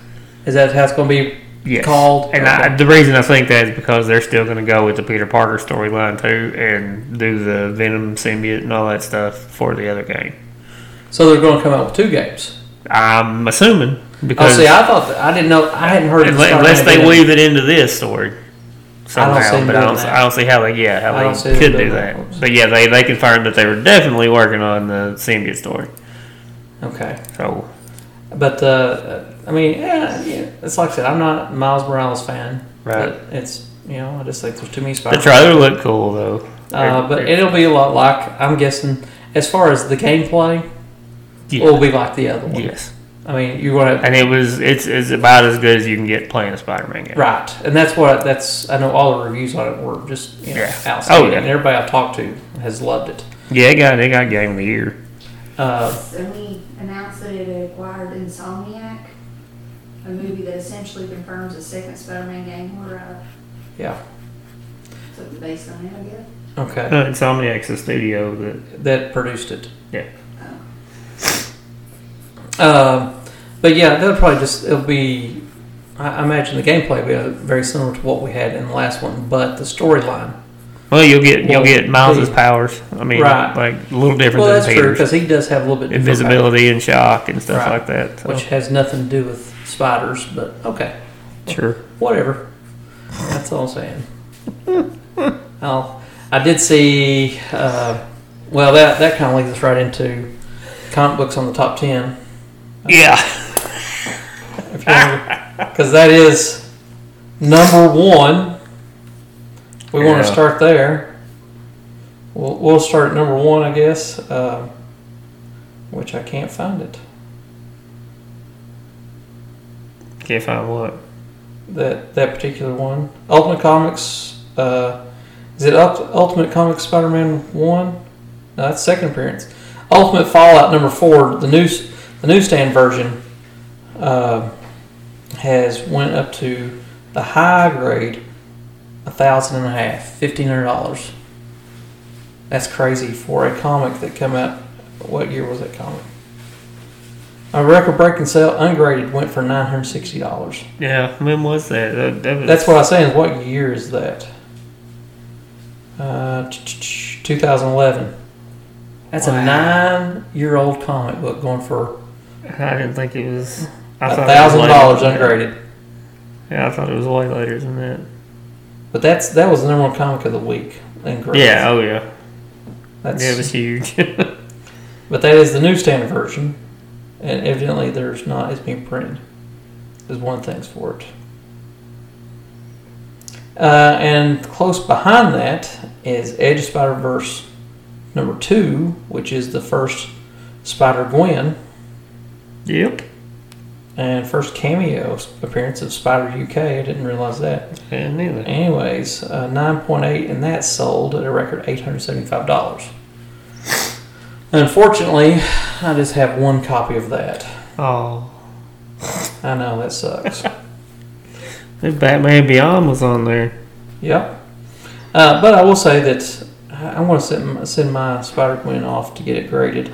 Speaker 1: Is that how it's going to be?
Speaker 2: Yes.
Speaker 1: Called-
Speaker 2: And I, the reason I think that is because they're still going to go with the Peter Parker storyline too, and do the Venom symbiote and all that stuff for the other game.
Speaker 1: So they're going to come out with two games.
Speaker 2: I'm assuming
Speaker 1: Oh,
Speaker 2: because
Speaker 1: see, I thought that, I didn't know. I hadn't heard of the
Speaker 2: unless, unless
Speaker 1: Spider-Man
Speaker 2: they
Speaker 1: game.
Speaker 2: weave it into this story somehow,
Speaker 1: see them
Speaker 2: but I
Speaker 1: doing
Speaker 2: don't,
Speaker 1: that.
Speaker 2: I don't see how they yeah
Speaker 1: I
Speaker 2: how
Speaker 1: don't see
Speaker 2: they
Speaker 1: them
Speaker 2: could
Speaker 1: doing
Speaker 2: do
Speaker 1: that.
Speaker 2: that. But yeah, they they confirmed that they were definitely working on the symbiote story.
Speaker 1: Okay,
Speaker 2: So
Speaker 1: but uh, I mean, yeah, yeah, it's like I said, I'm not a Miles Morales fan.
Speaker 2: right,
Speaker 1: But it's you know, I just think there's too many
Speaker 2: the
Speaker 1: Spider.
Speaker 2: trailer looked cool though.
Speaker 1: uh, but it'll be a lot like I'm guessing as far as the gameplay.
Speaker 2: yeah.
Speaker 1: will be like the other one.
Speaker 2: yes,
Speaker 1: I mean, you want to
Speaker 2: and it was it's it's about as good as you can get playing a Spider-Man game.
Speaker 1: right, and that's what that's. I know all the reviews on it were just you know,
Speaker 2: Yeah.
Speaker 1: outstanding,
Speaker 2: Oh, yeah.
Speaker 1: and everybody I've talked to has loved it.
Speaker 2: Yeah, it got it got game of the year.
Speaker 1: Uh,
Speaker 3: Sony announced that it had acquired Insomniac, a movie that essentially confirms a second Spider-Man game will arrive.
Speaker 1: Yeah.
Speaker 3: So it's based on it, I guess.
Speaker 1: okay,
Speaker 2: Uh, Insomniac's the studio that
Speaker 1: that produced it.
Speaker 3: Oh.
Speaker 1: Um, but yeah, that'll probably just it'll be. I I imagine the gameplay will be uh, very similar to what we had in the last one, but the storyline.
Speaker 2: well you'll get you'll
Speaker 1: Well,
Speaker 2: get Miles's
Speaker 1: the-
Speaker 2: powers. I mean,
Speaker 1: Right.
Speaker 2: like a little different
Speaker 1: Well,
Speaker 2: than
Speaker 1: that's true
Speaker 2: Peter's
Speaker 1: because he does have a little bit different
Speaker 2: invisibility and shock and stuff
Speaker 1: Right.
Speaker 2: like that.
Speaker 1: power,
Speaker 2: so,
Speaker 1: which has nothing to do with spiders. But okay,
Speaker 2: sure.
Speaker 1: whatever. That's all I'm saying. I'll, I did see. Uh, well, that that kind of leads us right into comic books on the top ten,
Speaker 2: Yeah,
Speaker 1: because that is number one. We want
Speaker 2: Yeah.
Speaker 1: to start there. We'll, we'll start at number one, I guess. Uh, which I can't find it.
Speaker 2: can't find what.
Speaker 1: That that particular one, Ultimate Comics. Uh, is it Ult- Ultimate Comics Spider-Man one? No, that's second appearance. Ultimate Fallout number four, the news the newsstand version, uh, has went up to the high grade, a thousand and a half, fifteen hundred dollars. That's crazy for a comic that come out. What year was that comic? A record-breaking sale, ungraded, went for nine hundred sixty dollars.
Speaker 2: Yeah, when was that? That, that was,
Speaker 1: That's what I'm saying. Is what year is that? Uh, 2011. That's a
Speaker 2: Wow.
Speaker 1: nine-year-old comic book going for
Speaker 2: I didn't think it was. I
Speaker 1: a
Speaker 2: thought it was
Speaker 1: thousand
Speaker 2: later
Speaker 1: dollars
Speaker 2: than that.
Speaker 1: ungraded.
Speaker 2: Yeah, I thought it was way later than that.
Speaker 1: But that's that was the number one comic of the week in grades.
Speaker 2: Yeah, oh yeah,
Speaker 1: that's,
Speaker 2: yeah, it was huge.
Speaker 1: but that is the newsstand version, and evidently there's not it's being printed. There's one thing's for it. Uh, and close behind that is Edge of Spider Verse number two, which is the first Spider Gwen
Speaker 2: yep.
Speaker 1: and first cameo appearance of Spider UK. I didn't realize that.
Speaker 2: Yeah, neither.
Speaker 1: Anyways, uh, 9.8, and that sold at a record $875. Unfortunately, I just have one copy of that.
Speaker 2: Oh,
Speaker 1: I know that sucks.
Speaker 2: the Batman Beyond was on there.
Speaker 1: yep. Uh, but I will say that I I want to send, my- send my Spider Gwen off to get it graded.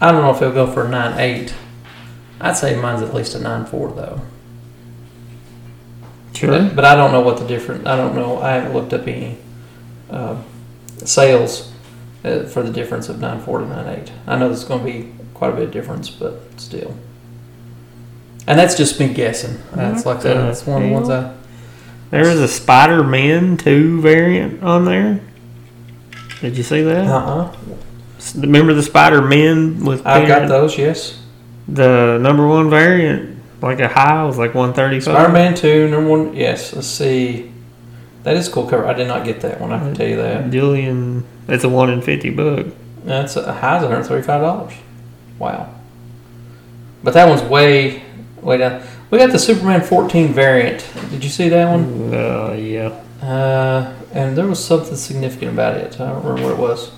Speaker 1: I don't know if it'll go for a 9.8. I'd say mine's at least a 9.4 though.
Speaker 2: Sure.
Speaker 1: But, but I don't know what the different. I don't know. I haven't looked up any uh, sales uh, for the difference of nine four to nine eight. I know there's going to be quite a bit of difference, but still. And that's just me guessing. That's like that. That's uh, one of the ones I
Speaker 2: There is a Spider Man 2 variant on there. Did you see that?
Speaker 1: Uh-uh.
Speaker 2: S- Remember the Spider Man with
Speaker 1: I've got
Speaker 2: Peter-
Speaker 1: those, yes.
Speaker 2: the number one variant? Like a high was like 135.
Speaker 1: Spider Man 2, number one. Yes, let's see. That is a cool cover. I did not get that one, I can tell you that.
Speaker 2: Julian, it's a 1 in 50 book.
Speaker 1: That's a high's $135. Wow. But that one's way, way down. We got the Superman 14 variant. Did you see that one?
Speaker 2: Uh, yeah.
Speaker 1: Uh, and there was something significant about it. I don't remember what it was.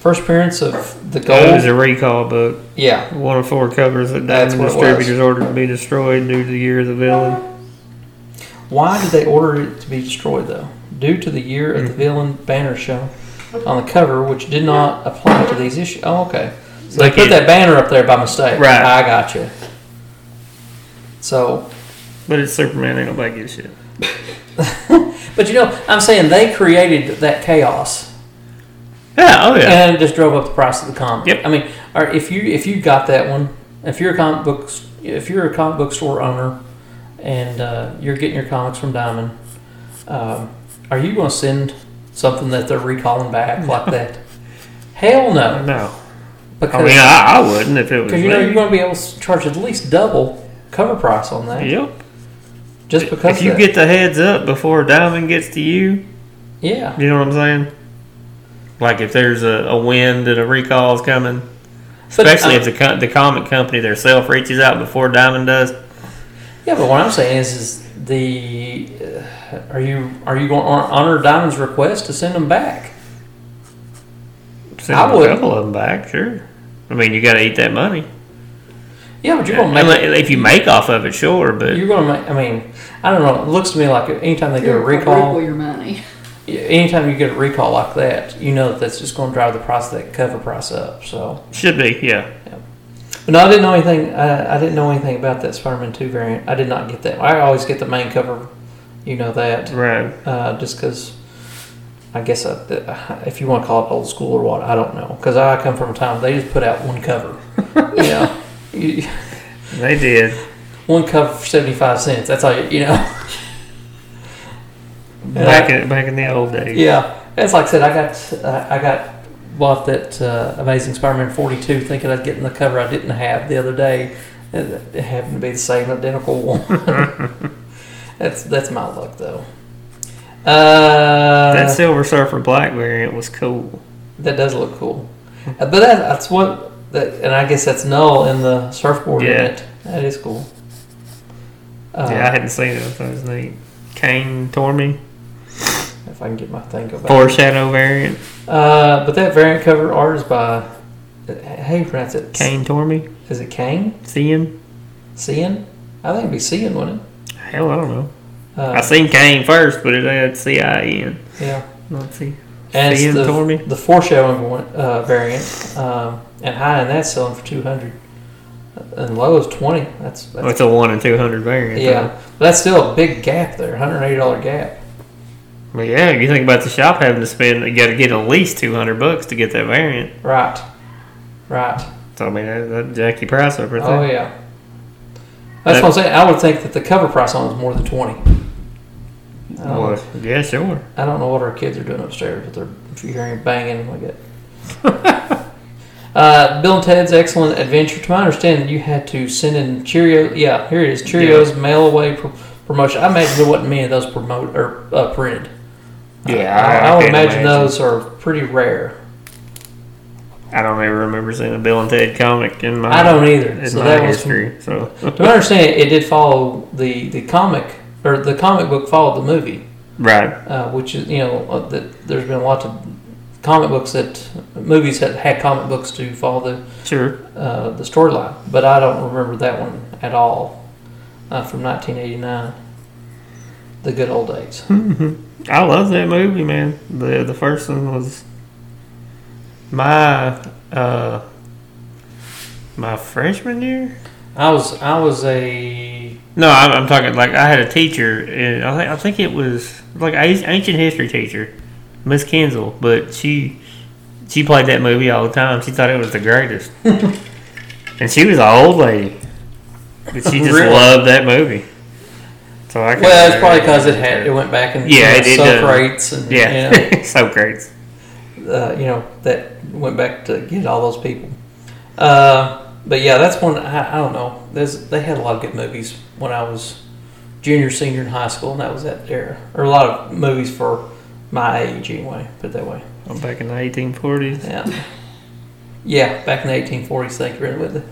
Speaker 1: First appearance of the
Speaker 2: Oh, It was
Speaker 1: gold.
Speaker 2: a recall book.
Speaker 1: Yeah,
Speaker 2: One of four covers that
Speaker 1: That's
Speaker 2: Diamond
Speaker 1: what it was. Uh-huh.
Speaker 2: Distributors ordered to be destroyed due to the year of the villain.
Speaker 1: Why did they order it to be destroyed, though? Due to the year of the
Speaker 2: Mm-hmm.
Speaker 1: villain banner shown on the cover, which did not apply to these issues. Oh, okay. So
Speaker 2: Like
Speaker 1: they put
Speaker 2: it-
Speaker 1: that banner up there by mistake.
Speaker 2: Right.
Speaker 1: I got you. So,
Speaker 2: But it's Superman, they don't like this shit.
Speaker 1: but you know, I'm saying they created that chaos,
Speaker 2: Yeah, oh yeah.
Speaker 1: and it just drove up the price of the comic.
Speaker 2: Yep.
Speaker 1: I mean, all right, if you if you got that one, if you're a comic book if you're a comic book store owner, and uh, you're getting your comics from Diamond, um, are you going to send something that they're recalling back like that? Hell no,
Speaker 2: No. I
Speaker 1: because
Speaker 2: mean, I, I wouldn't if it was
Speaker 1: cause you know
Speaker 2: me.
Speaker 1: you're going to be able to charge at least double cover price on that
Speaker 2: Yep.
Speaker 1: just because
Speaker 2: if you
Speaker 1: of that.
Speaker 2: get the heads up before Diamond gets to you,
Speaker 1: yeah.
Speaker 2: you know what I'm saying? Like if there's a, a wind and a recall's coming, especially
Speaker 1: uh,
Speaker 2: if the co- the comic company theirself reaches out before Diamond does.
Speaker 1: Yeah, but what I'm saying is, is the uh, are you are you going to honor Diamond's request to send them back?
Speaker 2: Send
Speaker 1: I
Speaker 2: a
Speaker 1: would.
Speaker 2: couple of them back, sure. I mean, you got to eat that money.
Speaker 1: Yeah, but you're going to make
Speaker 2: Unless- If you make off of it, sure, but
Speaker 1: you're going to make. I mean, I don't know. It looks to me like anytime they get a
Speaker 4: You're
Speaker 1: recall,
Speaker 4: quadruple your money.
Speaker 1: anytime you get a recall like that, you know that that's just going to drive the price of that cover price up. So,
Speaker 2: should be, yeah.
Speaker 1: but no, I didn't know anything. I, I didn't know anything about that Spider-Man Two variant. I did not get that. I always get the main cover. You know that.
Speaker 2: Right.
Speaker 1: uh, just because I guess I, if you want to call it old school or what, I don't know. Because I come from a time they just put out one cover. yeah, you,
Speaker 2: They did.
Speaker 1: one cover for seventy five cents. That's all you, you know.
Speaker 2: Back in, back in the old days.
Speaker 1: Yeah, that's like I said. I got uh, I got bought that uh, Amazing Spider-Man 42, thinking I'd get in the cover I didn't have the other day. and It happened to be the same identical one. that's that's my luck though. Uh,
Speaker 2: that Silver Surfer Black variant was cool.
Speaker 1: That does look cool. Uh, But that, that's what, that, and I guess that's null in the surfboard
Speaker 2: Yeah.
Speaker 1: unit. That is cool. Uh,
Speaker 2: yeah, I hadn't seen it. I thought it was neat. Kane Tormy.
Speaker 1: If I can get my thing go back.
Speaker 2: Foreshadow variant.
Speaker 1: Uh, but that variant cover art is by, uh, how you pronounce it?
Speaker 2: Kane Tormy.
Speaker 1: Is it Kane?
Speaker 2: Seeing.
Speaker 1: Cian? I think it'd be Cian, wouldn't it?
Speaker 2: Hell, I don't know. I
Speaker 1: Uh,
Speaker 2: seen Kane first, but it had C I E N.
Speaker 1: yeah.
Speaker 2: Not C.
Speaker 1: And it's
Speaker 2: Cian
Speaker 1: the,
Speaker 2: Tormy.
Speaker 1: the foreshadowing one, uh, variant. Um, and high in that's selling for 200 And low is 20 That's, that's
Speaker 2: Oh, it's a 1 in 200 variant.
Speaker 1: Yeah, but that's still a big gap there, hundred eighty dollar gap.
Speaker 2: though. But yeah, you think about the shop having to spend, you got to get at least 200 bucks to get that variant.
Speaker 1: Right, right.
Speaker 2: So, I mean, that, that Jackie Price over there.
Speaker 1: Oh yeah. That's what I'm saying. I would think that the cover price on it is more than twenty. I don't,
Speaker 2: Well, yeah, sure.
Speaker 1: I don't know what our kids are doing upstairs, but they're hearing banging like that. uh, Bill and Ted's Excellent Adventure. To my understanding, you had to send in Cheerios. Yeah, here it is. Cheerios mail away pro- promotion. I imagine there wasn't many of those promote or uh, printed.
Speaker 2: Yeah,
Speaker 1: I, I, would
Speaker 2: can't
Speaker 1: imagine those are pretty rare.
Speaker 2: I don't ever remember seeing a Bill and Ted comic in my
Speaker 1: I don't either.
Speaker 2: in
Speaker 1: So
Speaker 2: my
Speaker 1: that was-
Speaker 2: history. so
Speaker 1: To my understanding, it did follow the, the comic or the comic book followed the movie,
Speaker 2: right,
Speaker 1: uh, which is you know uh, that there's been lots of comic books that movies that had comic books to follow
Speaker 2: sure.
Speaker 1: the uh, the storyline, but I don't remember that one at all uh, from 1989, the good old days.
Speaker 2: Hmm. I love that movie, man. the The first one was my uh my freshman year.
Speaker 1: I was I was a
Speaker 2: No, I'm, I'm talking like I had a teacher, and I think I think it was like a ancient history teacher, Miss Kinzel, but she she played that movie all the time. She thought it was the greatest, and she was an old lady, but she just
Speaker 1: Really?
Speaker 2: loved that movie. So I kinda
Speaker 1: Well, it's probably
Speaker 2: remember
Speaker 1: because it had it went back and
Speaker 2: Yeah,
Speaker 1: you know,
Speaker 2: it- it
Speaker 1: sub
Speaker 2: does.
Speaker 1: rates and
Speaker 2: Yeah,
Speaker 1: you
Speaker 2: so great.
Speaker 1: know, uh, you know that went back to get all those people. Uh, but yeah, that's one I, I don't know. There's they had a lot of good movies when I was junior, senior in high school, and that was that era. Or a lot of movies for my age anyway. Put it that way.
Speaker 2: I'm back in the 1840s.
Speaker 1: Yeah. Yeah, back in the 1840s, thank you, Linda.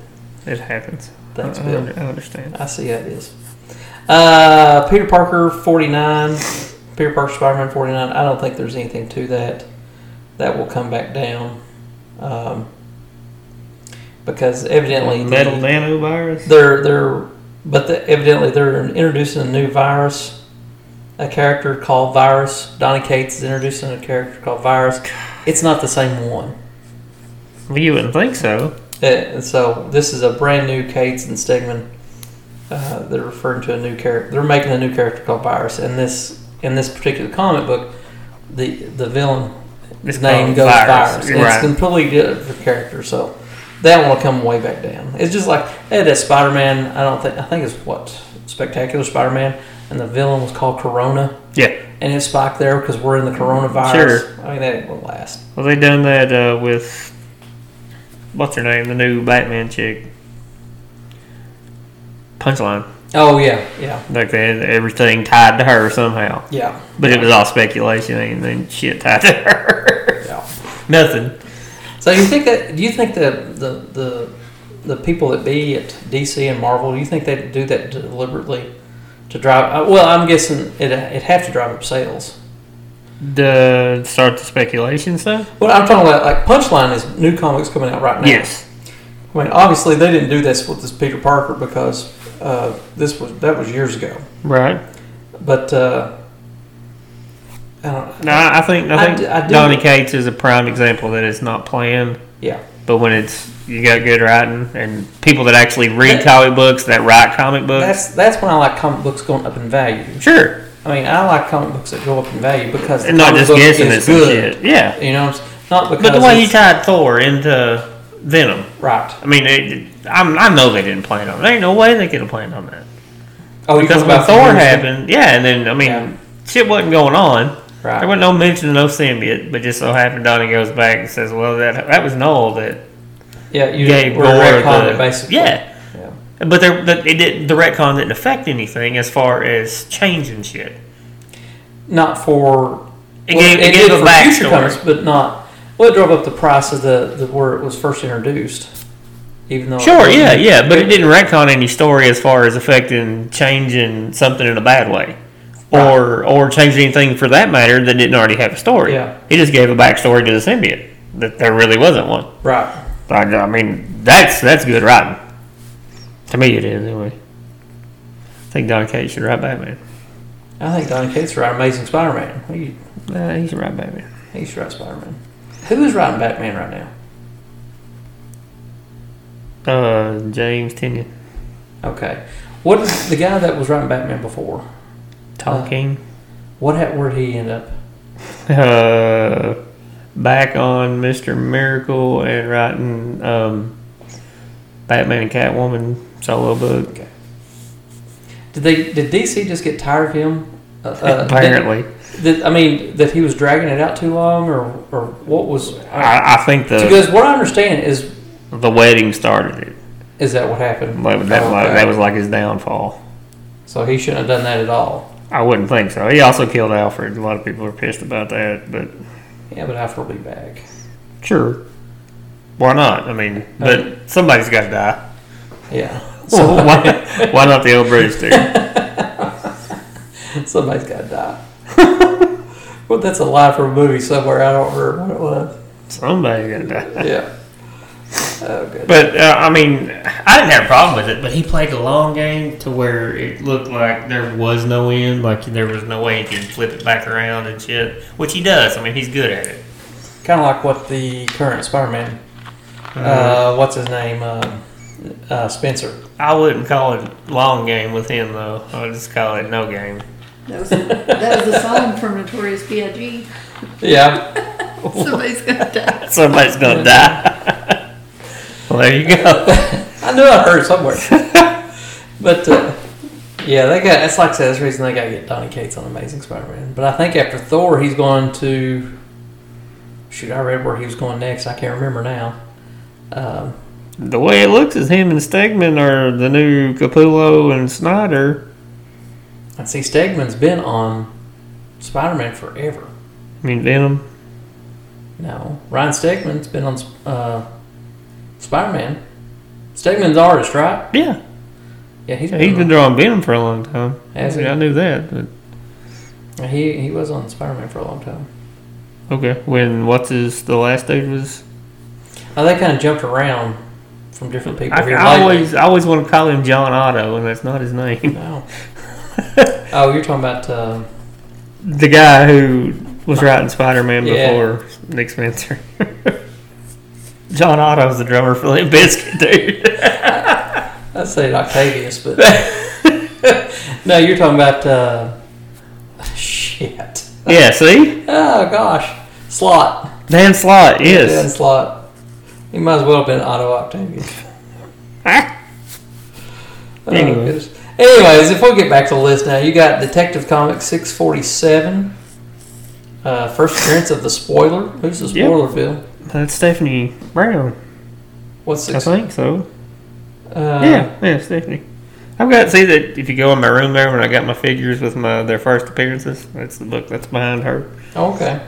Speaker 2: It happens.
Speaker 1: Thanks,
Speaker 2: I, I
Speaker 1: Bill.
Speaker 2: under- I understand.
Speaker 1: I see how it is. Uh, Peter Parker, 49. Peter Parker, Spider Man, 49. I don't think there's anything to that. That will come back down. Um, because evidently. the-
Speaker 2: Metal nanovirus.
Speaker 1: They're, they're, but the, evidently they're introducing a new virus, a character called Virus. Donny Cates is introducing a character called Virus. It's not the same one.
Speaker 2: Well, you wouldn't think so.
Speaker 1: Eh, And so this is a brand new Cates and Stegman. Uh, they're referring to a new character. They're making a new character called Virus, and this in this particular comic book, the the villain
Speaker 2: It's
Speaker 1: name
Speaker 2: called
Speaker 1: goes Virus.
Speaker 2: Virus,
Speaker 1: And It's
Speaker 2: right.
Speaker 1: completely different character, so that one will come way back down. It's just like they had that Spider Man. I don't think I think it's what Spectacular Spider Man, and the villain was called Corona,
Speaker 2: Yeah.
Speaker 1: and it's Spike there because we're in the coronavirus.
Speaker 2: Sure.
Speaker 1: I mean that ain't gonna last.
Speaker 2: Well, they done that uh, with what's her name, the new Batman chick. Punchline.
Speaker 1: Oh yeah, yeah,
Speaker 2: Like they had everything tied to her somehow,
Speaker 1: yeah,
Speaker 2: but it was all speculation. Ain't then shit tied to her.
Speaker 1: yeah.
Speaker 2: Nothing.
Speaker 1: So you think that? Do you think that the the the people that be at DC and Marvel, do you think they do that deliberately to drive? uh, Well, I'm guessing it it have to drive up sales.
Speaker 2: The start the speculation stuff.
Speaker 1: Well, I'm talking about like Punchline is new comics coming out right now.
Speaker 2: Yes.
Speaker 1: I mean, obviously they didn't do this with this Peter Parker because uh, this was that was years ago.
Speaker 2: Right.
Speaker 1: But uh, I don't.
Speaker 2: No, I I think
Speaker 1: I
Speaker 2: I think
Speaker 1: d- I do-
Speaker 2: Donny Cates is a prime example that it's not planned,
Speaker 1: Yeah.
Speaker 2: but when it's you got good writing and people that actually read
Speaker 1: That-
Speaker 2: comic books that write comic books.
Speaker 1: That's that's when I like comic books going up in value.
Speaker 2: sure,
Speaker 1: I mean, I like comic books that go up in value because the
Speaker 2: and not
Speaker 1: comic
Speaker 2: just
Speaker 1: book
Speaker 2: guessing
Speaker 1: is
Speaker 2: it's good. Yeah,
Speaker 1: You know, what I'm s- not because
Speaker 2: but the way he
Speaker 1: it's-
Speaker 2: tied Thor into Venom.
Speaker 1: right.
Speaker 2: I mean, it, I'm, I know they didn't plan on. it. There ain't no way they could have planned on that
Speaker 1: Oh,
Speaker 2: because
Speaker 1: talking
Speaker 2: when
Speaker 1: the
Speaker 2: Thor
Speaker 1: years
Speaker 2: happened, yeah, and then I mean,
Speaker 1: Yeah.
Speaker 2: shit wasn't going on.
Speaker 1: ago?
Speaker 2: There
Speaker 1: right?
Speaker 2: wasn't no mention of no symbiote, but just so happened Donnie goes back and says, "Well, that that was Noel that
Speaker 1: Yeah, you
Speaker 2: gave
Speaker 1: were
Speaker 2: Gore
Speaker 1: retconned
Speaker 2: the
Speaker 1: it basically.
Speaker 2: yeah."
Speaker 1: yeah,
Speaker 2: But there, but it did, the retcon didn't affect anything as far as changing shit.
Speaker 1: not for
Speaker 2: It gave- it gave a backstory.
Speaker 1: but not. Well, it drove up the price of the, the where it was first introduced, even though it
Speaker 2: Sure,
Speaker 1: wasn't.
Speaker 2: yeah, yeah, but it didn't retcon any story as far as affecting changing something in a bad way, or or changing anything for that matter that didn't already have a story.
Speaker 1: Yeah.
Speaker 2: it just gave a backstory to the symbiote that there really wasn't one.
Speaker 1: right.
Speaker 2: I, I mean, that's that's good writing. To me, it is anyway. I think Don Cates should write Batman.
Speaker 1: I think Donny Cates write Amazing Spider-Man. He,
Speaker 2: Nah, he should write Batman.
Speaker 1: he should write Spider-Man. Who is writing Batman right now?
Speaker 2: Uh, James Tinian,
Speaker 1: Okay, what is the guy that was writing Batman before? Uh.
Speaker 2: talking.
Speaker 1: What ha- where did he end up?
Speaker 2: uh, back on Mr. Miracle and writing um, Batman and Catwoman solo book.
Speaker 1: Did they did DC just get tired of him? Uh, uh, did-
Speaker 2: Apparently,
Speaker 1: That, I mean, that he was dragging it out too long, or, or what was?
Speaker 2: I, uh, I think the
Speaker 1: because what I understand is
Speaker 2: the wedding started it.
Speaker 1: is that what happened?
Speaker 2: Like, that,
Speaker 1: Oh,
Speaker 2: like,
Speaker 1: okay.
Speaker 2: that was like his downfall.
Speaker 1: so he shouldn't have done that at all.
Speaker 2: I wouldn't think so. He also killed Alfred. A lot of people are pissed about that, but
Speaker 1: Yeah, but Alfred will be back.
Speaker 2: sure, why not? I mean,
Speaker 1: Uh,
Speaker 2: but somebody's got to die.
Speaker 1: Yeah,
Speaker 2: So why, why not the old British dude?
Speaker 1: somebody's got to die. well, that's a line from a movie somewhere. I don't remember what it was.
Speaker 2: Somebody's got to die.
Speaker 1: Yeah. Oh, good.
Speaker 2: But uh, I mean, I didn't have a problem with it. But he played the long game to where it looked like there was no end, like there was no way he could flip it back around and shit. Which he does. I mean, he's good at it.
Speaker 1: Kind of like what the current Spider-Man, uh, what's his name, um uh, Spencer.
Speaker 2: I wouldn't call it long game with him though. I would just call it no game.
Speaker 3: That was, that was a song from Notorious B.I.G.
Speaker 1: Yeah.
Speaker 3: Somebody's gonna die.
Speaker 2: Somebody's gonna die. well, there you go.
Speaker 1: I knew I heard it somewhere. but uh, Yeah, they got. It's like I said, that's the reason they got to get Donny Cates on Amazing Spider-Man. But I think after Thor, he's going to. Shoot, I read where he was going next. I can't remember now. Um,
Speaker 2: The way it looks is him and Stegman are the new Capullo and Snyder.
Speaker 1: I see Stegman's been on Spider-Man forever.
Speaker 2: I mean Venom.
Speaker 1: No, Ryan Stegman's been on uh, Spider-Man. Stegman's artist, right?
Speaker 2: Yeah,
Speaker 1: Yeah, he's
Speaker 2: yeah, he's been
Speaker 1: been.
Speaker 2: drawing Venom for a long time.
Speaker 1: Has
Speaker 2: I,
Speaker 1: he?
Speaker 2: I knew that. But,
Speaker 1: He he was on Spider-Man for a long time.
Speaker 2: okay, when what's his the last dude was?
Speaker 1: Uh, they kind of jumped around from different people.
Speaker 2: I,
Speaker 1: here
Speaker 2: I
Speaker 1: lately.
Speaker 2: always I always want to call him John Otto, and that's not his name.
Speaker 1: No. oh, you're talking about. Uh,
Speaker 2: The guy who was writing Spider Man
Speaker 1: Yeah.
Speaker 2: before Nick Spencer. John Otto's the drummer for Limp Bizkit, dude.
Speaker 1: I'd say Octavius, but no, you're talking about uh, shit.
Speaker 2: yeah, see,
Speaker 1: Oh gosh, Slot.
Speaker 2: Dan Slott, yes.
Speaker 1: Dan Slot. He might as well have been Otto Octavius. Oh,
Speaker 2: Anyway.
Speaker 1: goodness. anyways, if we get back to the list now, you got Detective Comics 647. Uh, first appearance of the spoiler. Who's the
Speaker 2: Yep.
Speaker 1: spoiler, Bill?
Speaker 2: That's Stephanie Brown.
Speaker 1: What's
Speaker 2: I
Speaker 1: six? Uh,
Speaker 2: think so. yeah, yeah, Stephanie. I've got see that if you go in my room there when I got my figures with my their first appearances, that's the book that's behind her.
Speaker 1: Okay.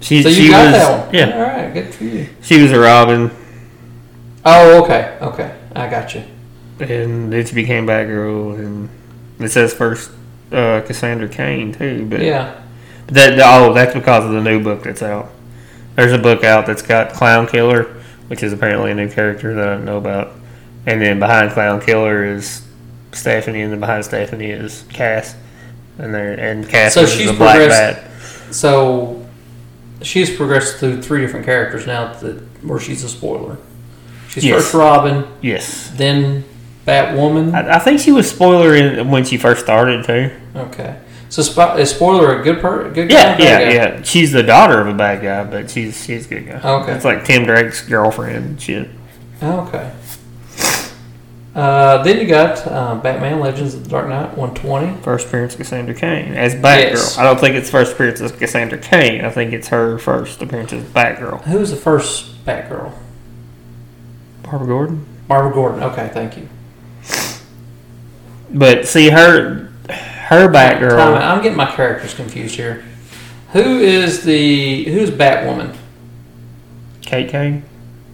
Speaker 2: She
Speaker 1: So you
Speaker 2: she
Speaker 1: got
Speaker 2: was
Speaker 1: that one.
Speaker 2: yeah
Speaker 1: All right. Good for you.
Speaker 2: she was a Robin
Speaker 1: Oh, okay. Okay. I got you.
Speaker 2: and then she became Batgirl and it says first uh, Cassandra Cain too, but
Speaker 1: Yeah.
Speaker 2: That oh, that's because of the new book that's out. There's a book out that's got Clown Killer, which is apparently a new character that I don't know about. And then behind Clown Killer is Stephanie, and then behind Stephanie is Cass, and there and Cass
Speaker 1: So
Speaker 2: is
Speaker 1: she's
Speaker 2: the Black
Speaker 1: progressed-
Speaker 2: Bat.
Speaker 1: So she's progressed through three different characters now that where she's a spoiler. She's
Speaker 2: Yes.
Speaker 1: first Robin,
Speaker 2: Yes,
Speaker 1: then Batwoman.
Speaker 2: I, I think she was spoiler in, when she first started too.
Speaker 1: okay. So spo- is spoiler a good per good guy
Speaker 2: Yeah,
Speaker 1: or bad
Speaker 2: yeah,
Speaker 1: guy?
Speaker 2: yeah. She's the daughter of a bad guy, but she's she's a good guy.
Speaker 1: Okay.
Speaker 2: it's like Tim Drake's girlfriend. and Shit.
Speaker 1: Okay. Uh, then you got uh, Batman Legends of the Dark Knight 120.
Speaker 2: First appearance of Cassandra Cain as Batgirl.
Speaker 1: Yes.
Speaker 2: I don't think it's first appearance of Cassandra Cain. I think it's her first appearance as Batgirl.
Speaker 1: Who was the first Batgirl?
Speaker 2: Barbara Gordon.
Speaker 1: Barbara Gordon. Okay, thank you.
Speaker 2: But see her, her
Speaker 1: Time
Speaker 2: Batgirl.
Speaker 1: out. I'm getting my characters confused here. Who is the who's Batwoman?
Speaker 2: Kate Cain.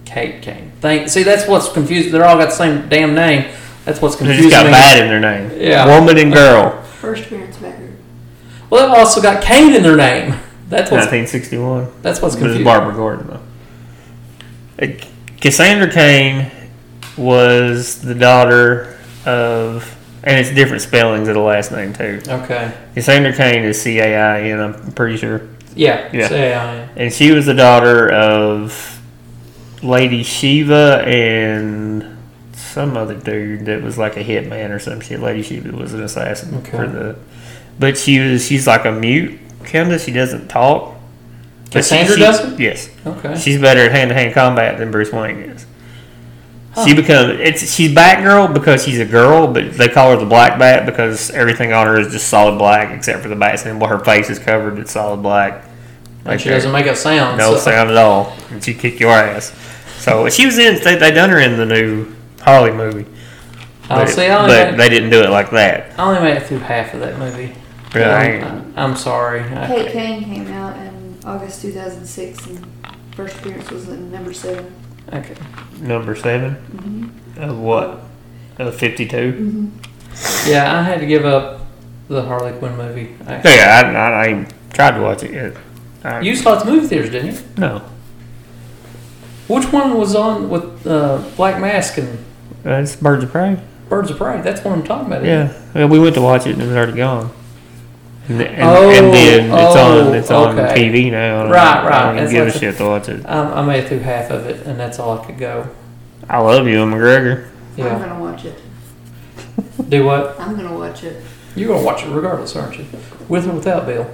Speaker 1: Kate Kane. Thank. See, that's what's confusing. They're all got the same damn name. That's what's
Speaker 2: They
Speaker 1: confusing.
Speaker 2: just got
Speaker 1: me.
Speaker 2: bat in their name.
Speaker 1: Yeah.
Speaker 2: Woman and girl.
Speaker 3: First appearance record.
Speaker 1: Well, they've also got Kane in their name. That's what's
Speaker 2: 1961.
Speaker 1: that's what's
Speaker 2: But it's
Speaker 1: confusing.
Speaker 2: Barbara Gordon though. Uh, Cassandra Cain was the daughter of, and it's different spellings of the last name too.
Speaker 1: Okay.
Speaker 2: Cassandra Cain is C A I N. I'm pretty sure.
Speaker 1: Yeah.
Speaker 2: Yeah.
Speaker 1: Say I am.
Speaker 2: and she was the daughter of Lady Shiva and some other dude that was like a hitman or some shit. Lady Shiva was an assassin
Speaker 1: Okay.
Speaker 2: for the, but she was she's like a mute kinda. She doesn't talk. But she-
Speaker 1: Cassandra
Speaker 2: she-
Speaker 1: doesn't?
Speaker 2: Yes,
Speaker 1: Okay.
Speaker 2: she's better at hand to hand combat than Bruce Wayne is. She
Speaker 1: Huh.
Speaker 2: becomes it's she's Batgirl because she's a girl, but they call her the Black Bat because everything on her is just solid black except for the bat symbol. Her face is covered in solid black.
Speaker 1: And she
Speaker 2: there.
Speaker 1: doesn't make a sound.
Speaker 2: No
Speaker 1: so-
Speaker 2: sound at all. And she kicked your ass. So she was in. They, they done her in the new Harley movie.
Speaker 1: I'll
Speaker 2: but
Speaker 1: say Oh, I
Speaker 2: but
Speaker 1: only, made,
Speaker 2: they didn't do it like that.
Speaker 1: I only made it through half of that movie. Um,
Speaker 2: Really, I ain't-
Speaker 1: I'm, I'm sorry. I,
Speaker 3: Kate Kane came out in August 2006, and first appearance was in number seven.
Speaker 1: okay.
Speaker 2: number seven
Speaker 3: Mm-hmm.
Speaker 2: of what? Of fifty-two.
Speaker 3: Mm-hmm.
Speaker 1: Yeah, I had to give up the Harley Quinn movie. I,
Speaker 2: Yeah, I, I, I ain't tried to watch it yet. I,
Speaker 1: you saw it at the movie theaters, didn't you?
Speaker 2: no,
Speaker 1: Which one was on with uh, Black Mask and
Speaker 2: that's Uh, Birds of Prey.
Speaker 1: Birds of Prey? That's what I'm talking about. isn't it?
Speaker 2: Yeah, Well, we went to watch it and it was already gone. And, th- and,
Speaker 1: Oh,
Speaker 2: and then it's
Speaker 1: oh,
Speaker 2: on it's on
Speaker 1: okay.
Speaker 2: TV now. and
Speaker 1: Right, right.
Speaker 2: I don't even
Speaker 1: It's
Speaker 2: give
Speaker 1: like
Speaker 2: a
Speaker 1: the-
Speaker 2: shit to watch it.
Speaker 1: Um, I made it through half of it, and that's all I could go.
Speaker 2: I love you, McGregor.
Speaker 3: I'm
Speaker 4: Uh-huh.
Speaker 1: Yeah.
Speaker 3: gonna watch it.
Speaker 1: Do what?
Speaker 3: I'm gonna watch it.
Speaker 1: You're gonna watch it regardless, aren't you? With or without Bill.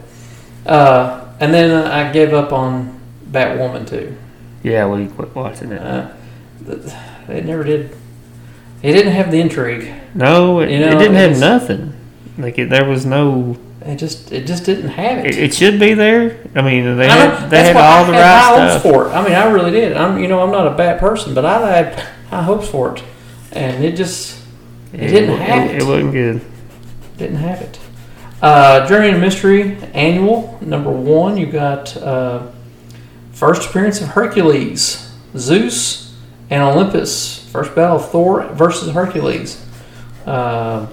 Speaker 1: Uh, and then I gave up on Batwoman too.
Speaker 2: Yeah, we quit watching it.
Speaker 1: Uh, th- it never did. It didn't have the intrigue.
Speaker 2: No, it,
Speaker 1: You know,
Speaker 2: it didn't have
Speaker 1: it's-
Speaker 2: nothing. Like it, there was no.
Speaker 1: It just it just didn't have it.
Speaker 2: It, it should be there. I mean, they
Speaker 1: I know,
Speaker 2: had, they
Speaker 1: that's
Speaker 2: had
Speaker 1: why
Speaker 2: all the
Speaker 1: I had high
Speaker 2: right
Speaker 1: hopes
Speaker 2: stuff.
Speaker 1: for it. I mean, I really did. I'm you know I'm not a bad person, but I had high hopes for it, and it just It didn't have it.
Speaker 2: It wasn't good.
Speaker 1: didn't have it. Uh, Journey and Mystery Annual number one. You got uh, first appearance of Hercules, Zeus, and Olympus. First battle of Thor versus Hercules. Uh,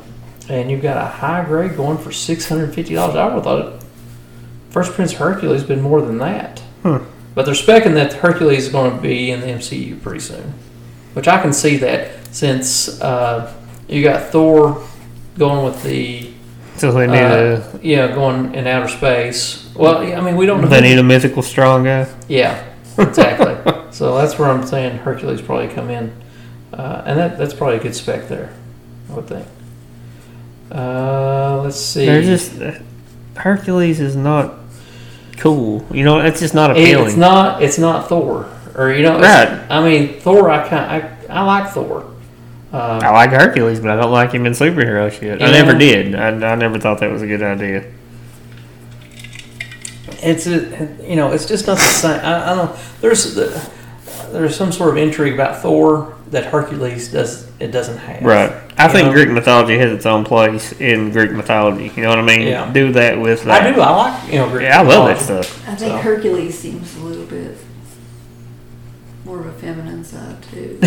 Speaker 1: and you've got a high grade going for six hundred fifty dollars. I would have thought it, first appearance of Hercules been more than that.
Speaker 2: Hmm.
Speaker 1: But they're specking that Hercules is going to be in the MCU pretty soon, which I can see that since uh, you got Thor going with the
Speaker 2: So they need
Speaker 1: uh, yeah going in outer space. Well, yeah, I mean we don't
Speaker 2: a
Speaker 1: know.
Speaker 2: they need a mythical strong guy.
Speaker 1: yeah, exactly. so that's where I'm saying Hercules probably come in, uh, and that that's probably a good spec there, I would think. Uh, let's see.
Speaker 2: They're just Hercules is not cool. You know, it's just not
Speaker 1: It-
Speaker 2: appealing.
Speaker 1: it's not it's not Thor or you know it's-
Speaker 2: Right.
Speaker 1: I mean Thor I kind I, I like Thor. Uh,
Speaker 2: I like Hercules, but I don't like him in superhero shit. I
Speaker 1: Yeah.
Speaker 2: never did. I, I never thought that was a good idea.
Speaker 1: it's a, you know it's just not the same. I, I don't. There's the, there's some sort of intrigue about Thor that Hercules does it doesn't have.
Speaker 2: Right. I
Speaker 1: You
Speaker 2: think
Speaker 1: know?
Speaker 2: Greek mythology has its own place in Greek mythology. You know what I mean?
Speaker 1: Yeah.
Speaker 2: Do that with that.
Speaker 1: I do. I like you know. Greek
Speaker 2: Yeah, I love that
Speaker 1: mythology.
Speaker 2: stuff.
Speaker 4: I think
Speaker 1: So.
Speaker 4: Hercules seems a little bit more of a feminine side too.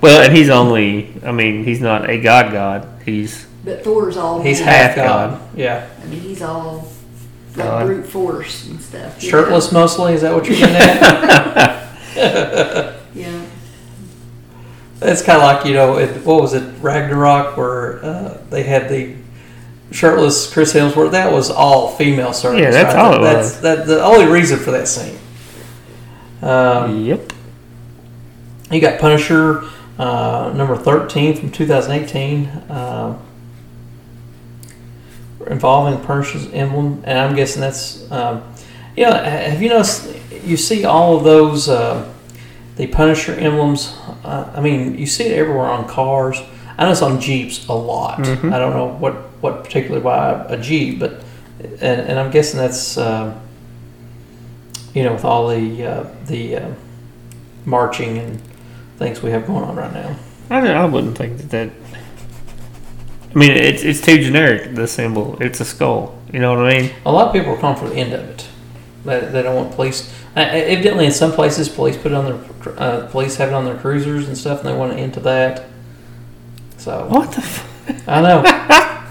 Speaker 2: Well, and he's only, I mean, he's not a god god. He's,
Speaker 4: But Thor's all
Speaker 1: He's
Speaker 4: man.
Speaker 1: half
Speaker 2: Half God.
Speaker 1: god. Yeah.
Speaker 4: I mean, he's all like
Speaker 2: God.
Speaker 4: brute force and stuff. you know?
Speaker 1: Shirtless mostly. Is that what you're getting at?
Speaker 4: Yeah.
Speaker 1: it's kind of like you know it, what was it Ragnarok where uh, they had the shirtless Chris Hemsworth. That was all female service.
Speaker 2: Yeah, that's
Speaker 1: right?
Speaker 2: all it
Speaker 1: that's,
Speaker 2: was.
Speaker 1: That the only reason for that scene. Um,
Speaker 2: yep.
Speaker 1: You got Punisher, uh, number 13 from 2018, uh, involving Punisher's emblem, and I'm guessing that's, um, you know, ha- have you noticed, you see all of those, uh, the Punisher emblems, uh, I mean, you see it everywhere on cars. I know it's on Jeeps a lot.
Speaker 2: Mhm.
Speaker 1: I don't know what, what particularly why a Jeep, but, and, and I'm guessing that's, uh, you know, with all the, uh, the, uh, marching and things we have going on right now.
Speaker 2: I, don't- I wouldn't think that that. I mean, it's, it's too generic, the symbol. It's a skull. You know what I mean?
Speaker 1: A lot of people are calling for the end of it. They, they don't want police. Uh, evidently, in some places, police put it on their uh, police have it on their cruisers and stuff, and they want to end to that. So
Speaker 2: What the f?
Speaker 1: I know.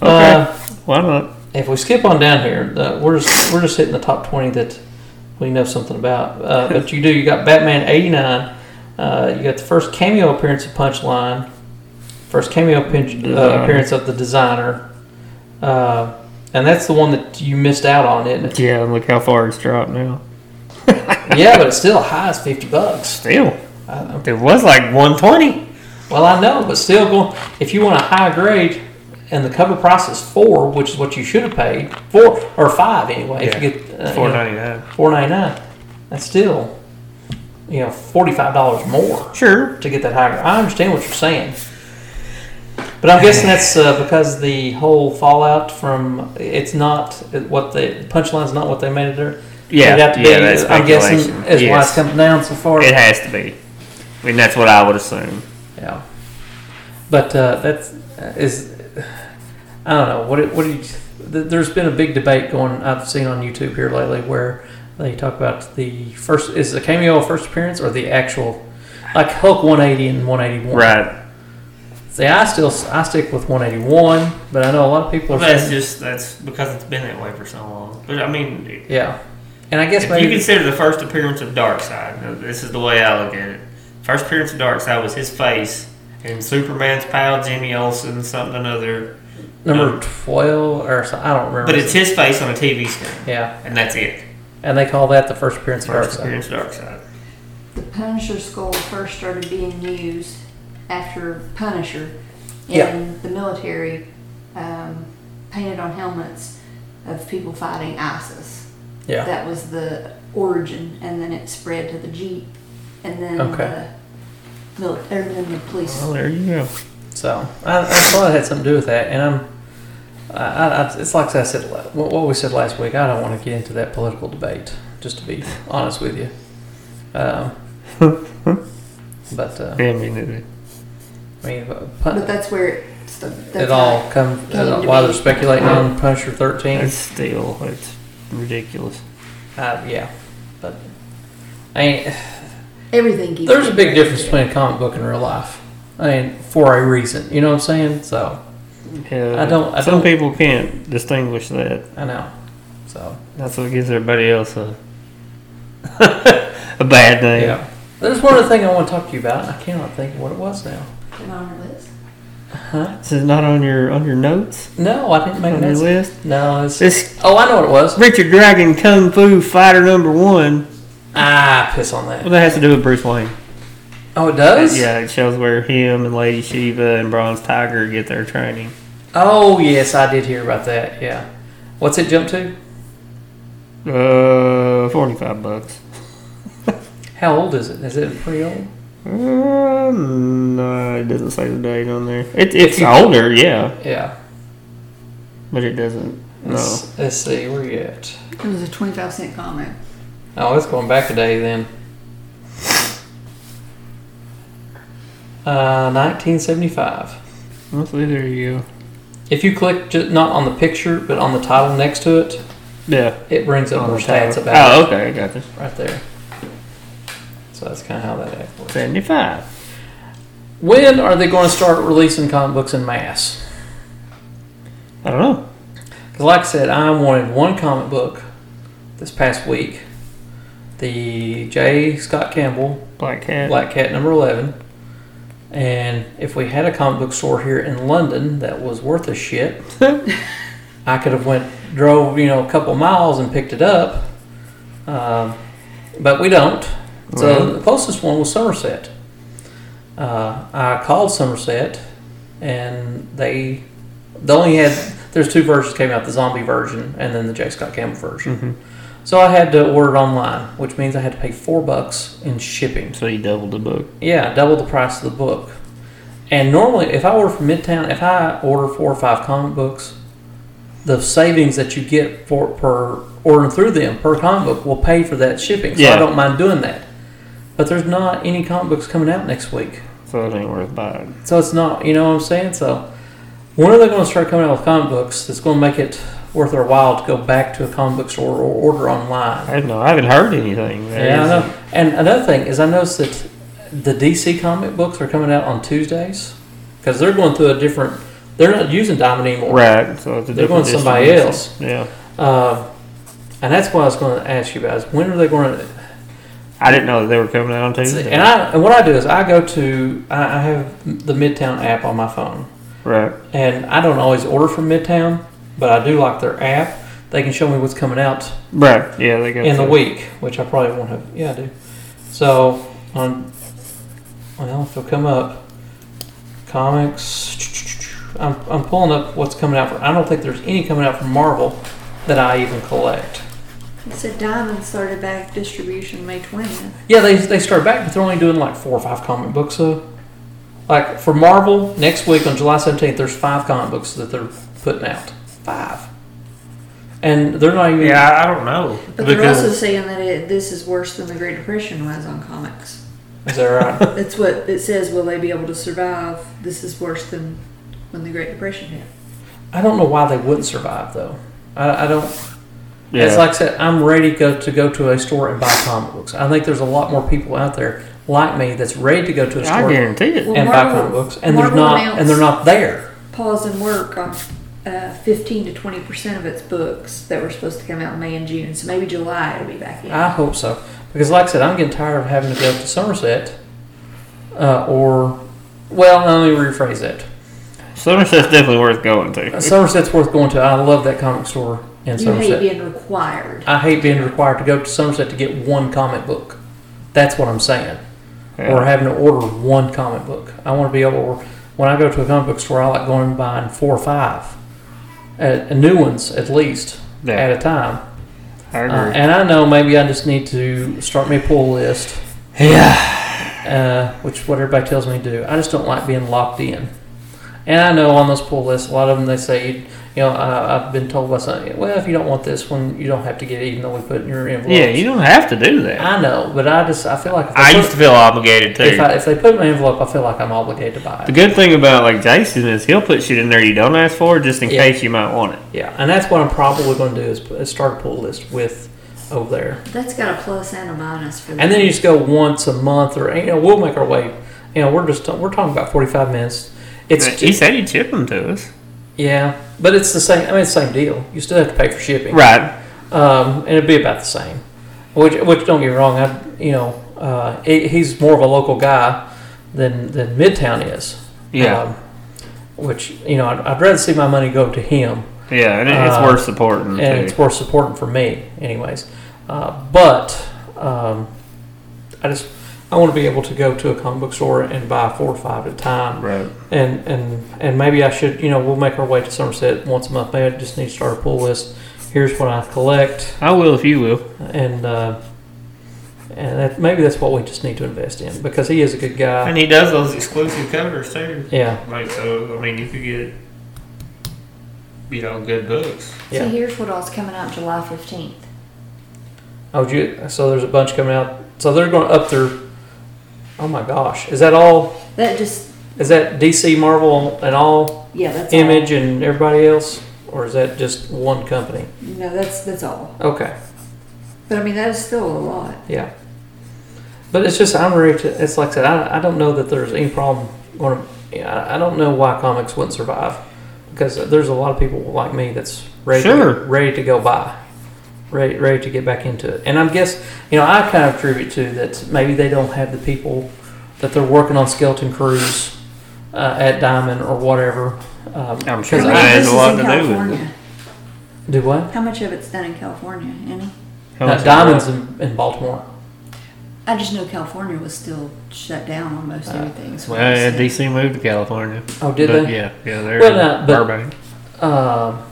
Speaker 2: Okay.
Speaker 1: uh,
Speaker 2: Why not?
Speaker 1: if we skip on down here, uh, we're just, we're just hitting the top twenty that we know something about. Uh, but you do. You got Batman eighty nine. Uh, you got the first cameo appearance of Punchline. First cameo appearance, uh,
Speaker 2: Designer.
Speaker 1: appearance of the designer. Uh, and that's the one that you missed out on, isn't it?
Speaker 2: Yeah, and look how far it's dropped now.
Speaker 1: yeah, but it's still high as fifty bucks.
Speaker 2: Still,
Speaker 1: I-
Speaker 2: it was like 120.
Speaker 1: Well, I know, but still, going if you want a high grade, and the cover price is four, which is what you should have paid four or five anyway. If you
Speaker 2: Yeah,
Speaker 1: get uh, you know,
Speaker 2: 499.
Speaker 1: four ninety nine. That's still, you know, forty five dollars more
Speaker 2: Sure.
Speaker 1: to get that higher. I understand what you're saying, but I'm guessing that's uh, because the whole fallout from it's not what the punchline's not what they made it. there-
Speaker 2: Yeah,
Speaker 1: made out to
Speaker 2: yeah,
Speaker 1: be.
Speaker 2: that's
Speaker 1: I'm guessing
Speaker 2: speculation.
Speaker 1: is why
Speaker 2: Yes.
Speaker 1: it's coming down so far.
Speaker 2: It has to be. I mean, that's what I would assume.
Speaker 1: Yeah, but uh, that's is I don't know what it, what do you. th- There's been a big debate going. I've seen on YouTube here lately where they talk about the first is the cameo a first appearance or the actual like Hulk 180 and 181.
Speaker 2: Right.
Speaker 1: See, I still I stick with 181, but I know a lot of people are.
Speaker 2: that's
Speaker 1: saying-
Speaker 2: just that's because it's been that way for so long. But I mean, it-
Speaker 1: yeah, and I guess
Speaker 2: if you
Speaker 1: maybe
Speaker 2: consider the first appearance of Darkseid, this is the way I look at it. First appearance of Darkseid was his face and Superman's pal Jimmy Olsen, something another.
Speaker 1: number 12 or so, I don't remember.
Speaker 2: But it's his face on a TV screen,
Speaker 1: yeah,
Speaker 2: and that's it.
Speaker 1: and they call that the first appearance of
Speaker 2: First
Speaker 1: Darkseid.
Speaker 2: appearance of Darkseid.
Speaker 4: The Punisher skull first started being used after Punisher in
Speaker 1: Yeah.
Speaker 4: the military, um, painted on helmets of people fighting ISIS.
Speaker 1: Yeah,
Speaker 4: That was the origin, and then it spread to the Jeep, and then
Speaker 1: Okay.
Speaker 4: the mili- or in the police.
Speaker 2: Well, there you go.
Speaker 1: So I, I thought it had something to do with that, and I'm. I, I, I- it's like I said, la- what what we said last week. I don't want to get into that political debate, just to be honest with you. Um, but uh,
Speaker 2: Yeah, I mean, it-
Speaker 1: I mean, uh,
Speaker 4: But
Speaker 1: pun-
Speaker 4: that's where it's the, that's
Speaker 1: it all comes.
Speaker 4: came
Speaker 1: A
Speaker 4: to
Speaker 1: lot
Speaker 4: be.
Speaker 1: of speculating on Punisher thirteen.
Speaker 2: it's still it's ridiculous.
Speaker 1: Uh, yeah, but I mean,
Speaker 4: everything. Keeps
Speaker 1: there's a big
Speaker 4: getting
Speaker 1: difference
Speaker 4: better.
Speaker 1: between a comic book and real life. I mean, for a reason. You know what I'm saying? So
Speaker 2: Yeah,
Speaker 1: I don't- I
Speaker 2: some
Speaker 1: don't-
Speaker 2: people can't distinguish that.
Speaker 1: I know. So
Speaker 2: That's what gives everybody else a a bad name.
Speaker 1: yeah. There's one other thing I want to talk to you about, and I cannot think of what it was now.
Speaker 3: Am I on your list?
Speaker 1: Huh?
Speaker 2: This is not on your on your notes
Speaker 1: No, I didn't make
Speaker 2: on your
Speaker 1: that.
Speaker 2: list.
Speaker 1: No, it's
Speaker 2: It's
Speaker 1: oh, I know what it was.
Speaker 2: Richard Dragon Kung Fu Fighter Number One.
Speaker 1: Ah, piss on that.
Speaker 2: What that has to do with Bruce Wayne?
Speaker 1: Oh, it does.
Speaker 2: Yeah, it shows where him and Lady Shiva and Bronze Tiger get their training.
Speaker 1: Oh, yes, I did hear about that. Yeah. What's it jump to?
Speaker 2: Uh, forty-five bucks.
Speaker 1: How old is it? Is it pretty old?
Speaker 2: Uh, no, it doesn't say the date on there. It, it's
Speaker 1: you-
Speaker 2: older, yeah,
Speaker 1: Yeah.
Speaker 2: but it doesn't. No,
Speaker 1: Let's, let's see. Where you at?
Speaker 4: It was a twenty-five cent comment.
Speaker 1: Oh, it's going back a day then. Uh, 1975.
Speaker 2: let's see. There you go.
Speaker 1: If you click ju- not on the picture but on the title next to it,
Speaker 2: Yeah.
Speaker 1: it brings up
Speaker 2: on
Speaker 1: more
Speaker 2: the title.
Speaker 1: stats about
Speaker 2: Oh, okay, gotcha.
Speaker 1: it right there. So that's kind of how that act works.
Speaker 2: Seventy-five.
Speaker 1: When are they going to start releasing comic books in mass?
Speaker 2: I don't know.
Speaker 1: Because, like I said, I wanted one comic book this past week the J. Scott Campbell
Speaker 2: Black Cat.
Speaker 1: Black Cat number 11. And if we had a comic book store here in London that was worth a shit, I could have went drove you know a couple miles and picked it up, Um but we don't. So
Speaker 2: Right.
Speaker 1: the closest one was Somerset. Uh, I called Somerset, and they they only had there's two versions came out the zombie version and then the J Scott Campbell version.
Speaker 2: Mhm.
Speaker 1: So I had to order it online, which means I had to pay four bucks in shipping.
Speaker 2: So you doubled the book.
Speaker 1: Yeah, double the price of the book. And normally, if I order from Midtown, if I order four or five comic books, the savings that you get for per ordering through them per comic book will pay for that shipping. So
Speaker 2: Yeah.
Speaker 1: I don't mind doing that. But there's not any comic books coming out next week,
Speaker 2: So it ain't worth buying.
Speaker 1: so it's not. You know what I'm saying? So when are they going to start coming out with comic books that's going to make it worth their while to go back to a comic book store or order online?
Speaker 2: I don't know. I haven't heard anything. There
Speaker 1: Yeah, I
Speaker 2: isn't-
Speaker 1: know. And another thing is, I noticed that the DC comic books are coming out on Tuesdays because they're going through a different. They're not using Diamond anymore,
Speaker 2: Right. So it's a
Speaker 1: They're going
Speaker 2: different
Speaker 1: somebody
Speaker 2: distribution.
Speaker 1: else.
Speaker 2: Yeah.
Speaker 1: Uh, and that's what I was going to ask you about. Is when are they going to?
Speaker 2: I didn't know that they were coming out on Tuesday.
Speaker 1: And I and what I do is I go to I, I have the Midtown app on my phone,
Speaker 2: right.
Speaker 1: and I don't always order from Midtown, but I do like their app. They can show me what's coming out
Speaker 2: Right. Yeah, they got
Speaker 1: in the
Speaker 2: the-
Speaker 1: week, which I probably won't have. Yeah, I do. So on, well, if it'll come up, comics. I'm, I'm pulling up what's coming out for. I don't think there's any coming out from Marvel that I even collect.
Speaker 4: It said Diamond started back distribution May twentieth.
Speaker 1: Yeah, they they start back, but they're only doing like four or five comic books. So, like for Marvel next week on July 17th, there's five comic books that they're putting out. Five. And they're not even.
Speaker 2: Yeah, I, I don't know.
Speaker 4: But they're also saying that it, this is worse than the Great Depression was on comics.
Speaker 1: Is that right?
Speaker 4: That's what it says. Will they be able to survive? This is worse than when the Great Depression hit.
Speaker 1: I don't know why they wouldn't survive though. I, I don't.
Speaker 2: yeah.
Speaker 1: It's like I said, I'm ready to go, to go to a store and buy comic books. I think there's a lot more people out there like me that's ready to go to a
Speaker 2: I
Speaker 1: store and
Speaker 2: guarantee it.
Speaker 4: Well,
Speaker 1: buy
Speaker 4: Marvel-
Speaker 1: comic books, and there's
Speaker 4: Marvel
Speaker 1: not,
Speaker 4: announced-
Speaker 1: and they're not there.
Speaker 4: Pause in work on uh, fifteen to twenty percent of its books that were supposed to come out in May and June. So maybe July it'll be back in.
Speaker 1: I
Speaker 2: Ah,
Speaker 1: hope so, because like I said, I'm getting tired of having to go to Somerset, uh, or well, let me rephrase that.
Speaker 2: Somerset's definitely worth going to.
Speaker 1: Somerset's worth going to. I love that comic store in
Speaker 4: you hate
Speaker 1: Somerset.
Speaker 4: being required.
Speaker 1: I hate being required to go to Somerset to get one comic book. That's what I'm saying.
Speaker 2: Yeah.
Speaker 1: or having to order one comic book. I want to be able to, when I go to a comic book store, I like going and buying four or five uh, new ones at least
Speaker 2: Yeah.
Speaker 1: at a time.
Speaker 2: I
Speaker 1: Uh,
Speaker 2: agree.
Speaker 1: and I know maybe I just need to start me a pull list
Speaker 2: yeah.
Speaker 1: uh, which is what everybody tells me to do. I just don't like being locked in. And I know on those pull lists, a lot of them they say, you know, I, I've been told by somebody, well, if you don't want this one, you don't have to get it, even though we put it in your envelope.
Speaker 2: Yeah, you don't have to do that.
Speaker 1: I know, but I just I feel like if,
Speaker 2: I
Speaker 1: they
Speaker 2: used
Speaker 1: put,
Speaker 2: to feel obligated
Speaker 1: if,
Speaker 2: too.
Speaker 1: I, if they put it in my envelope, I feel like I'm obligated to buy
Speaker 2: The
Speaker 1: it.
Speaker 2: good thing about like Jason is he'll put shit in there you don't ask for just in
Speaker 1: Yeah.
Speaker 2: case you might want it.
Speaker 1: Yeah, and that's what I'm probably going to do is put, is start a pull list with over there.
Speaker 4: That's got a plus and a minus for that.
Speaker 1: And then you just go once a month, or you know, we'll make our way. You know, we're just we're talking about forty-five minutes. It's
Speaker 2: But he said he'd ship them to us.
Speaker 1: yeah, but it's the same. I mean, it's the same deal. You still have to pay for shipping,
Speaker 2: Right.
Speaker 1: Um, and it'd be about the same. Which, which don't get me wrong. I, you know, uh, he- he's more of a local guy than than Midtown is.
Speaker 2: Yeah.
Speaker 1: Um, which you know, I'd, I'd rather see my money go to him,
Speaker 2: yeah, and it, it's
Speaker 1: Uh,
Speaker 2: worth supporting
Speaker 1: and
Speaker 2: too.
Speaker 1: it's worth supporting for me, anyways. Uh, but um, I just I want to be able to go to a comic book store and buy four or five at a time,
Speaker 2: Right.
Speaker 1: and and and maybe I should you know we'll make our way to Somerset once a month. Maybe I just need to start a pull list. Here's what I collect,
Speaker 2: I will if you will.
Speaker 1: and uh, and that, maybe that's what we just need to invest in because he is a good guy.
Speaker 2: And he does those exclusive covers too.
Speaker 1: Yeah,
Speaker 2: Like so, I mean, you could get you know good books.
Speaker 4: So
Speaker 1: yeah.
Speaker 4: here's what all's coming out July 15th.
Speaker 1: Oh, would you, so there's a bunch coming out. So they're going to up their. Oh my gosh, is that all?
Speaker 4: That just,
Speaker 1: Is that DC, Marvel, and all
Speaker 4: yeah, that's all.
Speaker 1: Image and everybody else, or is that just one company?
Speaker 4: No, that's that's all.
Speaker 1: Okay,
Speaker 4: But I mean, that is still a lot.
Speaker 1: yeah. But it's just I'm ready to. It's like I said, I, I don't know that there's any problem. Going, to, I I don't know why comics wouldn't survive because there's a lot of people like me that's ready
Speaker 2: Sure.
Speaker 1: to, ready to go buy, ready ready to get back into it. And I'm guess you know I kind of attribute to that maybe they don't have the people that they're working on Skeleton Cruise uh, at Diamond or whatever. Um,
Speaker 2: I'm
Speaker 1: 'cause
Speaker 2: sure
Speaker 1: I-
Speaker 2: that has
Speaker 4: this
Speaker 2: a
Speaker 4: is
Speaker 2: lot to
Speaker 4: in
Speaker 2: do with it.
Speaker 4: California.
Speaker 1: do what?
Speaker 4: How much of it's done in California? Any?
Speaker 2: How
Speaker 1: No,
Speaker 2: much-
Speaker 1: Diamond's in, in Baltimore.
Speaker 4: I just know California was still shut down on
Speaker 2: Uh,
Speaker 4: most everything. so
Speaker 2: Well, yeah,
Speaker 4: it's-
Speaker 2: DC moved to California.
Speaker 1: Oh, did
Speaker 2: but
Speaker 1: they?
Speaker 2: Yeah, yeah, they're
Speaker 1: Well,
Speaker 2: in
Speaker 1: no, but-
Speaker 2: Burbank.
Speaker 1: Um,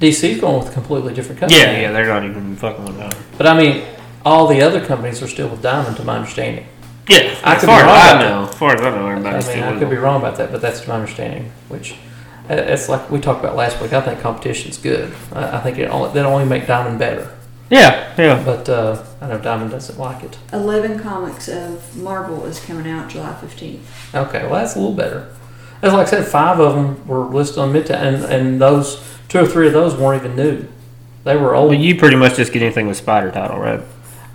Speaker 1: DC's going with a completely different company.
Speaker 2: Yeah, yeah, they're not even fucking with Diamond.
Speaker 1: But I mean, all the other companies are still with Diamond, to my understanding.
Speaker 2: Yeah,
Speaker 1: I
Speaker 2: as
Speaker 1: could
Speaker 2: far
Speaker 1: be
Speaker 2: as
Speaker 1: wrong
Speaker 2: I
Speaker 1: about
Speaker 2: know, as far as I know,
Speaker 1: I
Speaker 2: everybody's
Speaker 1: mean,
Speaker 2: still
Speaker 1: I
Speaker 2: with
Speaker 1: could be
Speaker 2: them.
Speaker 1: wrong about that, but that's to my understanding. Which uh, it's like we talked about last week. I think competition's good. I, I think it only, that only make Diamond better.
Speaker 2: Yeah, yeah.
Speaker 1: But uh, I know Diamond doesn't like it.
Speaker 4: 11 comics of Marvel is coming out July 15th.
Speaker 1: Okay, well that's a little better. As like I said, five of them were listed on Midtown, and, and those two or three of those weren't even new. They were old.
Speaker 2: Well, you pretty much just get anything with Spider title, right?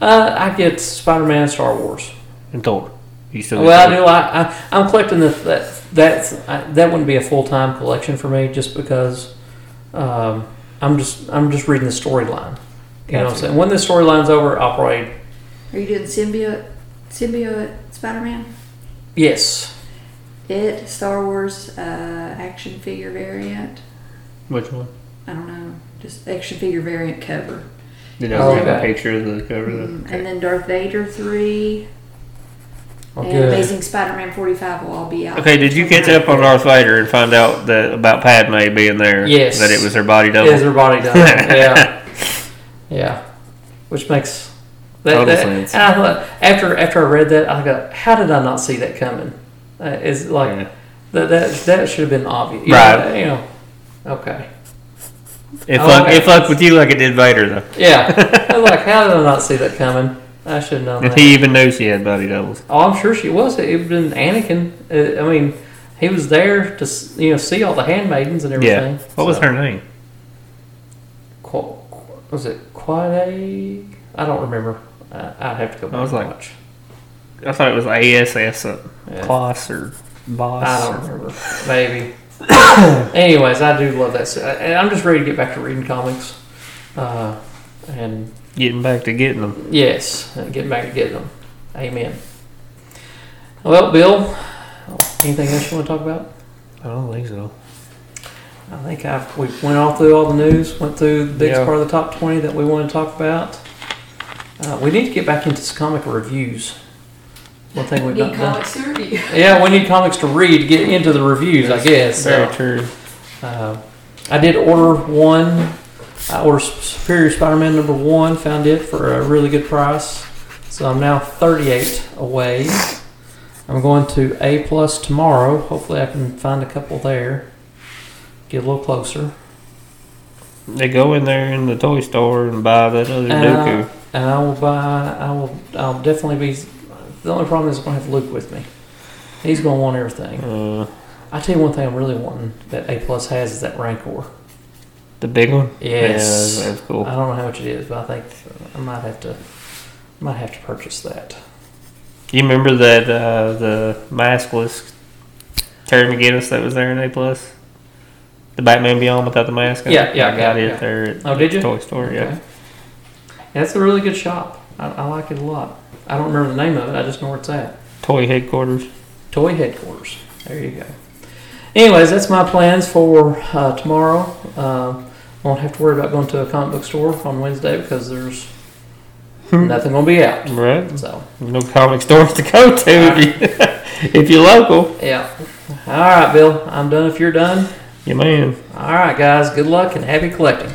Speaker 1: Uh, I get Spider-Man, and Star Wars.
Speaker 2: And Thor. You still get
Speaker 1: Well, I do.
Speaker 2: Thor.
Speaker 1: I, I I'm collecting the that that's I, that wouldn't be a full time collection for me just because um, I'm just I'm just reading the storyline. You know what I'm
Speaker 2: Gotcha.
Speaker 1: saying? When the storyline's over, I'll probably
Speaker 4: Are you doing Symbiote, Symbiote Spider Man?
Speaker 1: yes.
Speaker 4: It, Star Wars uh, action figure variant.
Speaker 2: Which one?
Speaker 4: I don't know. Just action figure variant cover.
Speaker 2: Did I
Speaker 1: Oh,
Speaker 2: have a
Speaker 1: okay.
Speaker 2: picture of the cover?
Speaker 4: Mm,
Speaker 2: though?
Speaker 4: And then Darth Vader 3
Speaker 1: Well,
Speaker 4: and
Speaker 1: good.
Speaker 4: Amazing Spider Man 45 will all be out.
Speaker 2: Okay, did you catch up on Darth Vader and find out that about Padme being there?
Speaker 1: Yes.
Speaker 2: That it was her body double.
Speaker 1: Is her body done? yeah, yeah. Which makes that,
Speaker 2: Total
Speaker 1: that-
Speaker 2: sense.
Speaker 1: And I thought after after I read that, I go, how did I not see that coming? Uh, is like
Speaker 2: Yeah.
Speaker 1: that that that should have been obvious. You
Speaker 2: Right.
Speaker 1: Know, you know. Okay.
Speaker 2: It,
Speaker 1: Oh,
Speaker 2: fuck,
Speaker 1: okay.
Speaker 2: it fucked with you like it did Vader though.
Speaker 1: Yeah. I was like, how did I not see that coming? I should have known
Speaker 2: If
Speaker 1: that.
Speaker 2: he even knew she had body doubles.
Speaker 1: oh, I'm sure she was. It would have been Anakin. Uh, I mean, he was there to s- you know see all the handmaidens and everything.
Speaker 2: Yeah. What was
Speaker 1: So,
Speaker 2: her name?
Speaker 1: Qu- Qu- was it Quade? I don't remember. I, I'd have to go back
Speaker 2: I was
Speaker 1: and
Speaker 2: like-
Speaker 1: watch.
Speaker 2: I thought it was ASS something.
Speaker 1: Yeah.
Speaker 2: uh, Kloss or Boss.
Speaker 1: I
Speaker 2: or-
Speaker 1: don't remember. Maybe. Anyways, I do love that. se- And I'm just ready to get back to reading comics. Uh, and
Speaker 2: Getting back to getting them.
Speaker 1: Yes, and getting back to getting them. Amen. Well, Bill, anything else you want to talk about?
Speaker 2: I don't think so.
Speaker 1: I think I've, we went all through all the news, went through the biggest
Speaker 2: Yeah.
Speaker 1: part of the top 20 that we want to talk about. Uh, we need to get back into some comic reviews. One thing we've
Speaker 4: Need
Speaker 1: not done.
Speaker 4: comics to review.
Speaker 1: Yeah, we need comics to read to get into the reviews, I guess.
Speaker 2: Very
Speaker 1: So,
Speaker 2: true.
Speaker 1: uh, I did order one. I ordered Superior Spider-Man number one. Found it for a really good price. So I'm now 38 away. I'm going to A plus tomorrow. Hopefully, I can find a couple there. Get a little closer.
Speaker 2: They go in there in the toy store and buy that other
Speaker 1: And I-
Speaker 2: Dooku.
Speaker 1: And I will buy. I will. I'll definitely be. The only problem is I'm gonna have Luke with me. He's gonna want everything.
Speaker 2: Uh,
Speaker 1: I tell you one thing I'm really wanting that A plus has is that Rancor.
Speaker 2: the big one.
Speaker 1: Yes.
Speaker 2: yeah, that's cool.
Speaker 1: I don't know how much it is, but I think I might have to. Might have to purchase that.
Speaker 2: You remember that uh, the maskless Terry McGinnis that was there in A plus? The Batman Beyond without the mask. on?
Speaker 1: Yeah, yeah,
Speaker 2: I
Speaker 1: yeah,
Speaker 2: got it
Speaker 1: yeah.
Speaker 2: there. At
Speaker 1: Oh, did you?
Speaker 2: Toy store.
Speaker 1: Okay.
Speaker 2: Yeah.
Speaker 1: That's a really good shop. I, I like it a lot. I don't remember the name of it. I just know where it's at.
Speaker 2: Toy headquarters.
Speaker 1: Toy headquarters. There you go. Anyways, that's my plans for uh, tomorrow. Um won't have to worry about going to a comic book store on Wednesday because there's
Speaker 2: Mm-hmm.
Speaker 1: nothing going to be out.
Speaker 2: Right.
Speaker 1: So,
Speaker 2: No comic stores to go to if, you, if you're local.
Speaker 1: yeah. All right, Bill. I'm done if you're done.
Speaker 2: Yeah, man.
Speaker 1: All right, guys. Good luck and happy collecting.